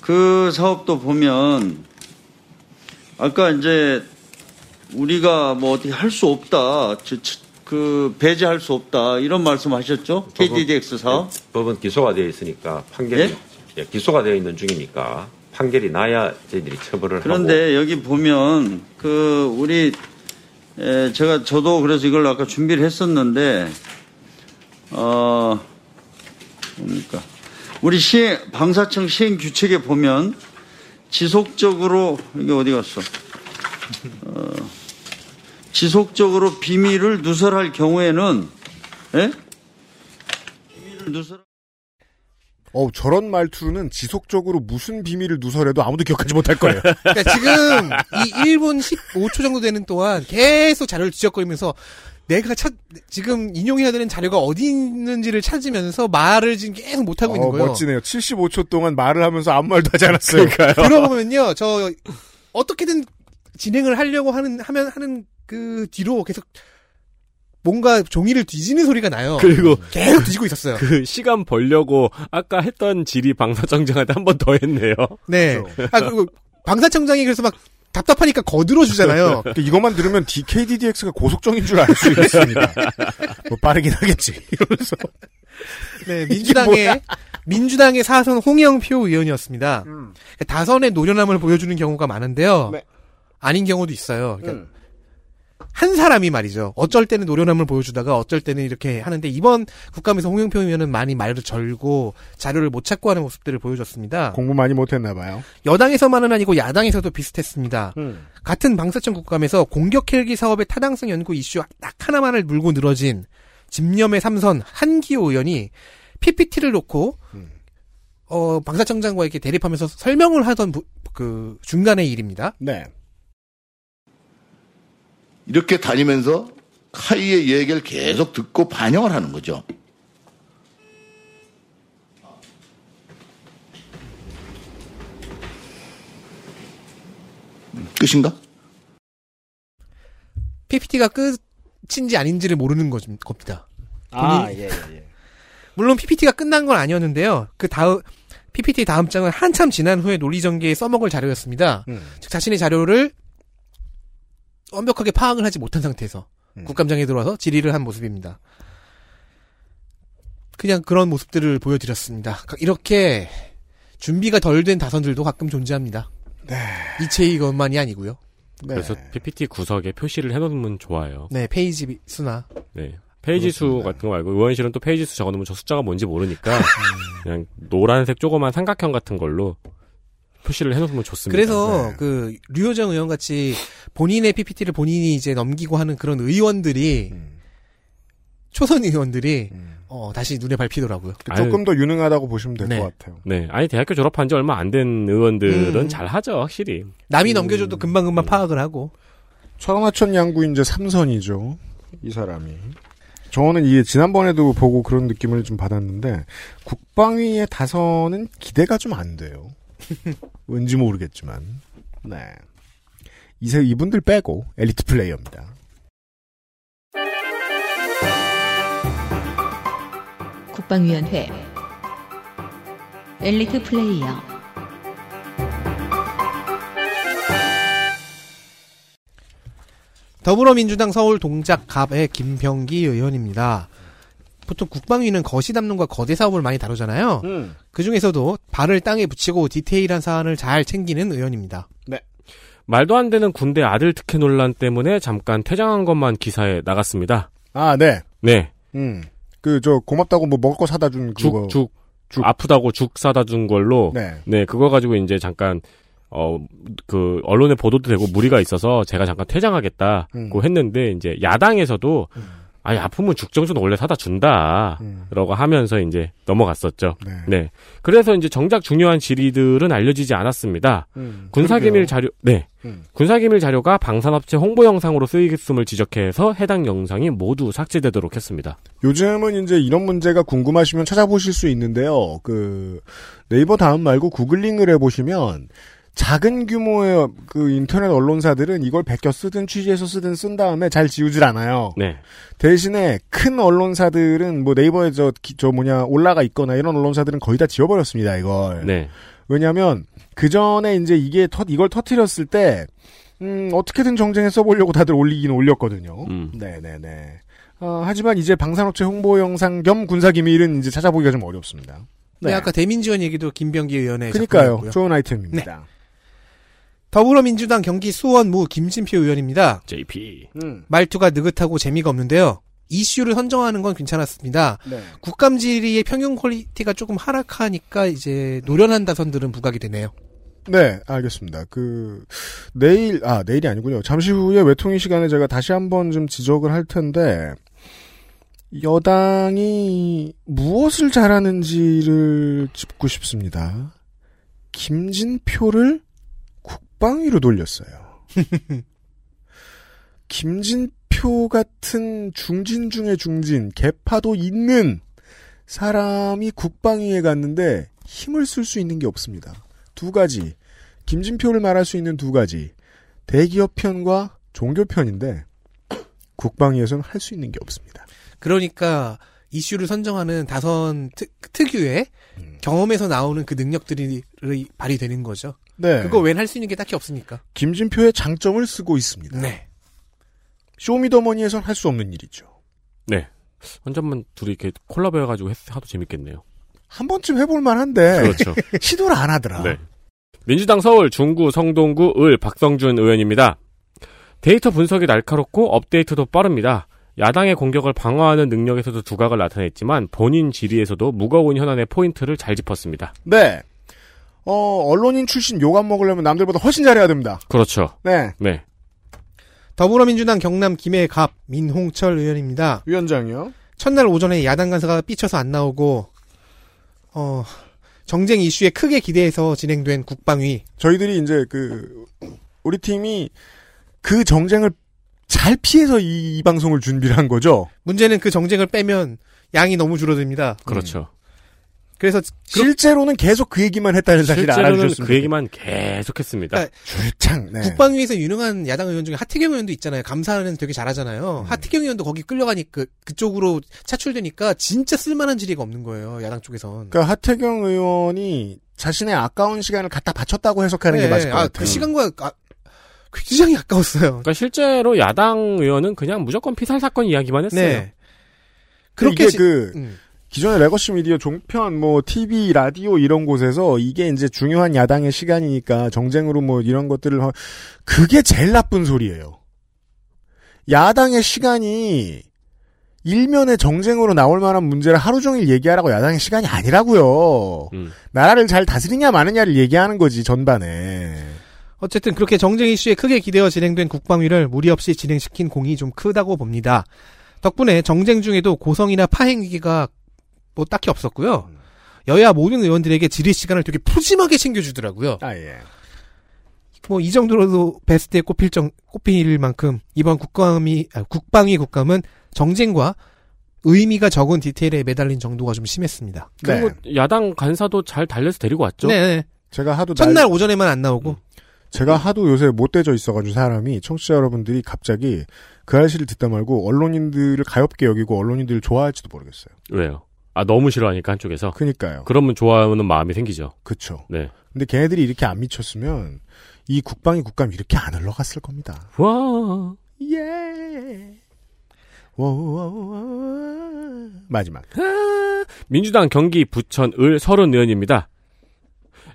그 사업도 보면, 아까 이제, 우리가 뭐 어떻게 할 수 없다. 저- 저- 그, 배제할 수 없다. 이런 말씀 하셨죠? KDDX 사업?
예. 법은 기소가 되어 있으니까 판결이 예, 기소가 되어 있는 중이니까 판결이 나야 저희들이 처벌을 하고
그런데 여기 보면, 그, 우리, 에, 제가, 저도 그래서 이걸 아까 준비를 했었는데, 어, 뭡니까? 우리 시 방사청 시행 규칙에 보면 지속적으로 이게 어디 갔어? 어, 지속적으로 비밀을 누설할 경우에는 예? 비밀을 누설
어 저런 말투로는 지속적으로 무슨 비밀을 누설해도 아무도 기억하지 못할 [LAUGHS] 거예요.
그러니까 지금 이 1분 15초 정도 되는 동안 계속 자료를 뒤적거리면서 내가 찾 지금 인용해야 되는 자료가 어디 있는지를 찾으면서 말을 지금 계속 못 하고 있는
어,
거예요.
멋지네요. 75초 동안 말을 하면서 아무 말도 하지 않았어요.
들어보면요, 저 어떻게든 진행을 하려고 하는 하면 하는 그 뒤로 계속 뭔가 종이를 뒤지는 소리가 나요.
그리고
계속 뒤지고 있었어요.
그 시간 벌려고 아까 했던 질의 방사청장한테 한 번 더 했네요.
네.
그렇죠.
아 그리고 방사청장이 그래서 막 답답하니까 거들어 주잖아요.
그러니까 이것만 들으면 D- KDDX가 고속정인 줄 알 수
[LAUGHS]
있습니다. 뭐 빠르긴 하겠지. 이러면서
네,
이게 뭐야?
민주당의 민주당의 사선 홍영표 의원이었습니다.
음.
그러니까 다선의 노련함을 보여주는 경우가 많은데요.
네.
아닌 경우도 있어요. 그러니까
음.
한 사람이 말이죠. 어쩔 때는 노련함을 보여주다가 어쩔 때는 이렇게 하는데 이번 국감에서 홍영표 의원은 많이 말을 절고 자료를 못 찾고 하는 모습들을 보여줬습니다.
공부 많이 못했나 봐요.
여당에서만은 아니고 야당에서도 비슷했습니다.
음.
같은 방사청 국감에서 공격 헬기 사업의 타당성 연구 이슈 딱 하나만을 물고 늘어진 집념의 삼선 한기호 의원이 PPT를 놓고 어, 방사청장과 이렇게 대립하면서 설명을 하던 부- 그 중간의 일입니다.
네.
이렇게 다니면서 카이의 얘기를 계속 듣고 반영을 하는 거죠. 끝인가?
PPT가 끝인지 아닌지를 모르는 거죠- 겁니다.
아,
본인-
예, 예, 예.
물론 PPT가 끝난 건 아니었는데요. 그 다음 PPT 다음 장은 한참 지난 후에 논리 전개에 써먹을 자료였습니다.
음.
즉 자신의 자료를 완벽하게 파악을 하지 못한 상태에서
음.
국감장에 들어와서 질의를 한 모습입니다. 그냥 그런 모습들을 보여드렸습니다. 이렇게 준비가 덜 된 다선들도 가끔 존재합니다.
네.
이채이것만이 아니고요.
네.
그래서 PPT 구석에 표시를 해놓으면 좋아요.
네, 페이지 수나
네. 페이지 수 같은 거 말고 의원실은 또 페이지 수 적어놓으면 저 숫자가 뭔지
[LAUGHS] 음.
모르니까 그냥 노란색 조그만 삼각형 같은 걸로 표시를 해놓으면 좋습니다.
그래서 그 류호정 의원 같이 본인의 PPT를 본인이 이제 넘기고 하는 그런 의원들이
음.
초선 의원들이 어, 다시 눈에 밟히더라고요.
조금 더 유능하다고 보시면 될 것 같아요.
네, 아니 대학교 졸업한 지 얼마 안 된 의원들은
음.
잘하죠, 확실히.
남이 넘겨줘도 금방금방 파악을 하고
천하천 양구 이제 삼선이죠. 이 사람이. 저는 이게 지난번에도 보고 그런 느낌을 좀 받았는데 국방위의 다선은 기대가 좀
[LAUGHS]
안 돼요. 왠지 모르겠지만. 네. 이세 이분들 빼고 엘리트 플레이어입니다.
국방위원회 엘리트 플레이어
더불어민주당 서울 동작갑의 김병기 의원입니다. 보통 국방위는 거시 담론과 거대 사업을 많이 다루잖아요.
음.
그 중에서도 발을 땅에 붙이고 디테일한 사안을 잘 챙기는 의원입니다.
말도 안 되는 군대 아들 특혜 논란 때문에 잠깐 퇴장한 것만 기사에 나갔습니다.
아, 네.
네.
음. 그 저 고맙다고 뭐 먹을 거 사다 준 그거.
죽, 죽, 아프다고 죽 사다 준 걸로.
네.
그거 가지고 이제 잠깐, 어, 그, 언론에 보도도 되고 무리가 있어서 제가 잠깐 퇴장하겠다고
음.
했는데, 이제 야당에서도, 아니, 아프면 죽정수는 원래 사다 준다.
음.
라고 하면서 이제 넘어갔었죠. 네. 그래서 이제 정작 중요한 질의들은 알려지지 않았습니다.
음,
군사기밀
그러게요.
자료, 네.
음.
군사기밀 자료가 방산업체 홍보 영상으로 쓰이겠음을 지적해서 해당 영상이 모두 삭제되도록 했습니다.
요즘은 이제 이런 문제가 궁금하시면 찾아보실 수 있는데요. 그 네이버 다음 말고 구글링을 해보시면 작은 규모의 그 인터넷 언론사들은 이걸 베껴 쓰든 취재해서 쓰든 쓴 다음에 잘 지우질 않아요.
네.
대신에 큰 언론사들은 뭐 네이버에 저, 기- 저 뭐냐 올라가 있거나 이런 언론사들은 거의 다 지워버렸습니다. 이걸.
네.
왜냐하면 그 전에 이제 이게 터- 이걸 터트렸을 때 음, 어떻게든 정쟁에 써보려고 다들 올리긴 올렸거든요. 네네네. 어, 하지만 이제 방산업체 홍보 영상 겸 군사 기밀은 이제 찾아보기가 좀 어렵습니다.
네. 아까 대민지원 얘기도 김병기
네,
의원의
그러니까요.
작품이었고요.
좋은 아이템입니다.
더불어민주당 경기 수원무 김진표 의원입니다.
JP.
음.
말투가 느긋하고 재미가 없는데요. 이슈를 선정하는 건 괜찮았습니다.
네.
국감 질의의 평균 퀄리티가 조금 하락하니까 이제 노련한 다선들은 부각이 되네요.
네, 알겠습니다. 그 내일 아 내일이 아니군요. 잠시 후에 외통위 시간에 제가 다시 한번 좀 지적을 할 텐데 여당이 무엇을 잘하는지를 짚고 싶습니다. 김진표를 국방위로 돌렸어요. [LAUGHS] 김진표 같은 중진 중에 중진, 개파도 있는 사람이 국방위에 갔는데 힘을 쓸 수 있는 게 없습니다. 두 가지. 김진표를 말할 수 있는 두 가지. 대기업 편과 종교 편인데 국방위에서는 할 수 있는 게 없습니다.
그러니까 이슈를 선정하는 다선 특, 특유의 경험에서 나오는 그 능력들이 발휘되는 거죠.
네.
그거 웬 할 수 있는 게 딱히 없으니까.
김진표의 장점을 쓰고 있습니다.
네.
쇼미더머니에선 할 수 없는 일이죠.
네. 한 점만 둘이 이렇게 콜라보 해가지고 했- 하도 재밌겠네요.
한 번쯤 해볼 만한데
그렇죠.
[LAUGHS] 시도를 안 하더라.
네. 민주당 서울 중구 성동구 을 박성준 의원입니다. 데이터 분석이 날카롭고 업데이트도 빠릅니다. 야당의 공격을 방어하는 능력에서도 두각을 나타냈지만 본인 질의에서도 무거운 현안의 포인트를 잘 짚었습니다.
네. 어, 언론인 출신 욕 안 먹으려면 남들보다 훨씬 잘해야 됩니다.
그렇죠.
네.
네.
더불어민주당 경남 김해갑 민홍철 의원입니다.
위원장이요.
첫날 오전에 야당 간사가 삐쳐서 안 나오고 어 정쟁 이슈에 크게 기대해서 진행된 국방위
저희들이 이제 그 우리 팀이 그 정쟁을 잘 피해서 이, 이 방송을 준비를 한 거죠.
문제는 그 정쟁을 빼면 양이 너무 줄어듭니다.
그렇죠.
그래서
실제로는 계속 그 얘기만 했다는 사실
실제로는
알아주셨습니다.
그 얘기만 계속했습니다.
그러니까
장, 네.
국방위에서 유능한 야당 의원 중에 하태경 의원도 있잖아요. 감사는 되게
음.
잘하잖아요. 하태경 의원도 거기 끌려가니까 그쪽으로 차출되니까 진짜 쓸만한 질의가 없는 거예요. 야당 쪽에선.
그러니까 하태경 의원이 자신의 아까운 시간을 갖다 바쳤다고 해석하는 게
네,
맞을 것
아,
같아요.
그 시간과 아, 굉장히 아까웠어요.
그러니까 실제로 야당 의원은 그냥 무조건 피살 사건 이야기만 했어요.
네.
그렇게 이게
지-
그
음.
기존의 레거시 미디어 종편 뭐 TV 라디오 이런 곳에서 이게 이제 중요한 야당의 시간이니까 정쟁으로 뭐 이런 것들을 하- 그게 제일 나쁜 소리예요. 야당의 시간이 일면의 정쟁으로 나올 만한 문제를 하루 종일 얘기하라고 야당의 시간이 아니라고요. 나라를 잘 다스리냐 마느냐를 얘기하는 거지 전반에.
어쨌든 그렇게 정쟁 이슈에 크게 기대어 진행된 국방위를 무리 없이 진행시킨 공이 좀 크다고 봅니다. 덕분에 정쟁 중에도 고성이나 파행 위기가 뭐 딱히 없었고요. 여야 모든 의원들에게 질의 시간을 되게 푸짐하게 챙겨주더라고요.
아 예.
뭐 이 정도로도 베스트에 꼽힐 정 꼽힐 만큼 이번 국감이 아, 국방위 국감은 정쟁과 의미가 적은 디테일에 매달린 정도가 좀 심했습니다.
그리고
네.
야당 간사도 잘 달래서 데리고 왔죠.
네.
제가 하도
첫날 오전에만 안 나오고
제가 하도 요새 못되져 있어가지고 사람이 청취자 여러분들이 갑자기 그 아저씨를 듣다 말고 언론인들을 가엽게 여기고 언론인들을 좋아할지도 모르겠어요.
왜요? 아 너무 싫어하니까 한쪽에서.
그니까요.
그러면 좋아하는 마음이 생기죠.
그쵸.
네.
근데 걔네들이 이렇게 안 미쳤으면 이 국방이 국감 이렇게 안 흘러갔을 겁니다.
와.
예. 마지막.
민주당 경기 부천 을 서른 의원입니다.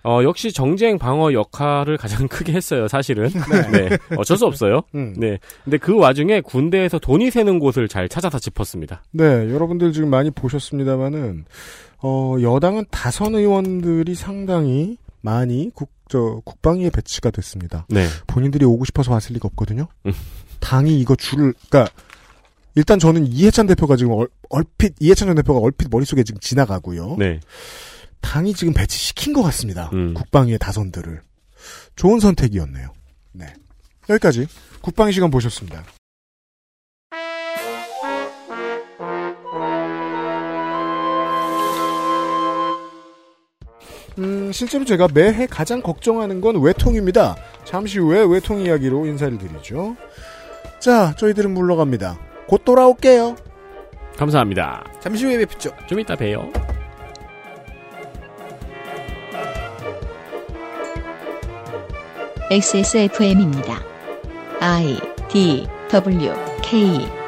어, 역시 정쟁 방어 역할을 가장 [LAUGHS] 크게 했어요, 사실은. 네. 어쩔 수 없어요.
음.
네. 근데 그 와중에 군대에서 돈이 새는 곳을 잘 찾아서 짚었습니다.
네, 여러분들 지금 많이 보셨습니다만은 어, 여당은 다선 의원들이 상당히 많이 국, 저, 국방위에 배치가 됐습니다.
네.
본인들이 오고 싶어서 왔을 리가 없거든요. 당이 이거 줄을 그러니까 일단 저는 이해찬 대표가 지금 얼, 얼핏 이해찬 전 대표가 얼핏 머릿속에 지금 지나가고요.
네.
당이 지금 배치시킨 것 같습니다. 국방위의 다선들을 좋은 선택이었네요. 네. 여기까지 국방위 시간 보셨습니다. 음, 실제로 제가 매해 가장 걱정하는 건 외통입니다. 잠시 후에 외통 이야기로 인사를 드리죠. 자, 저희들은 물러갑니다. 곧 돌아올게요.
감사합니다.
잠시 후에 뵙죠.
좀 이따 봬요.
XSFM입니다. I D W K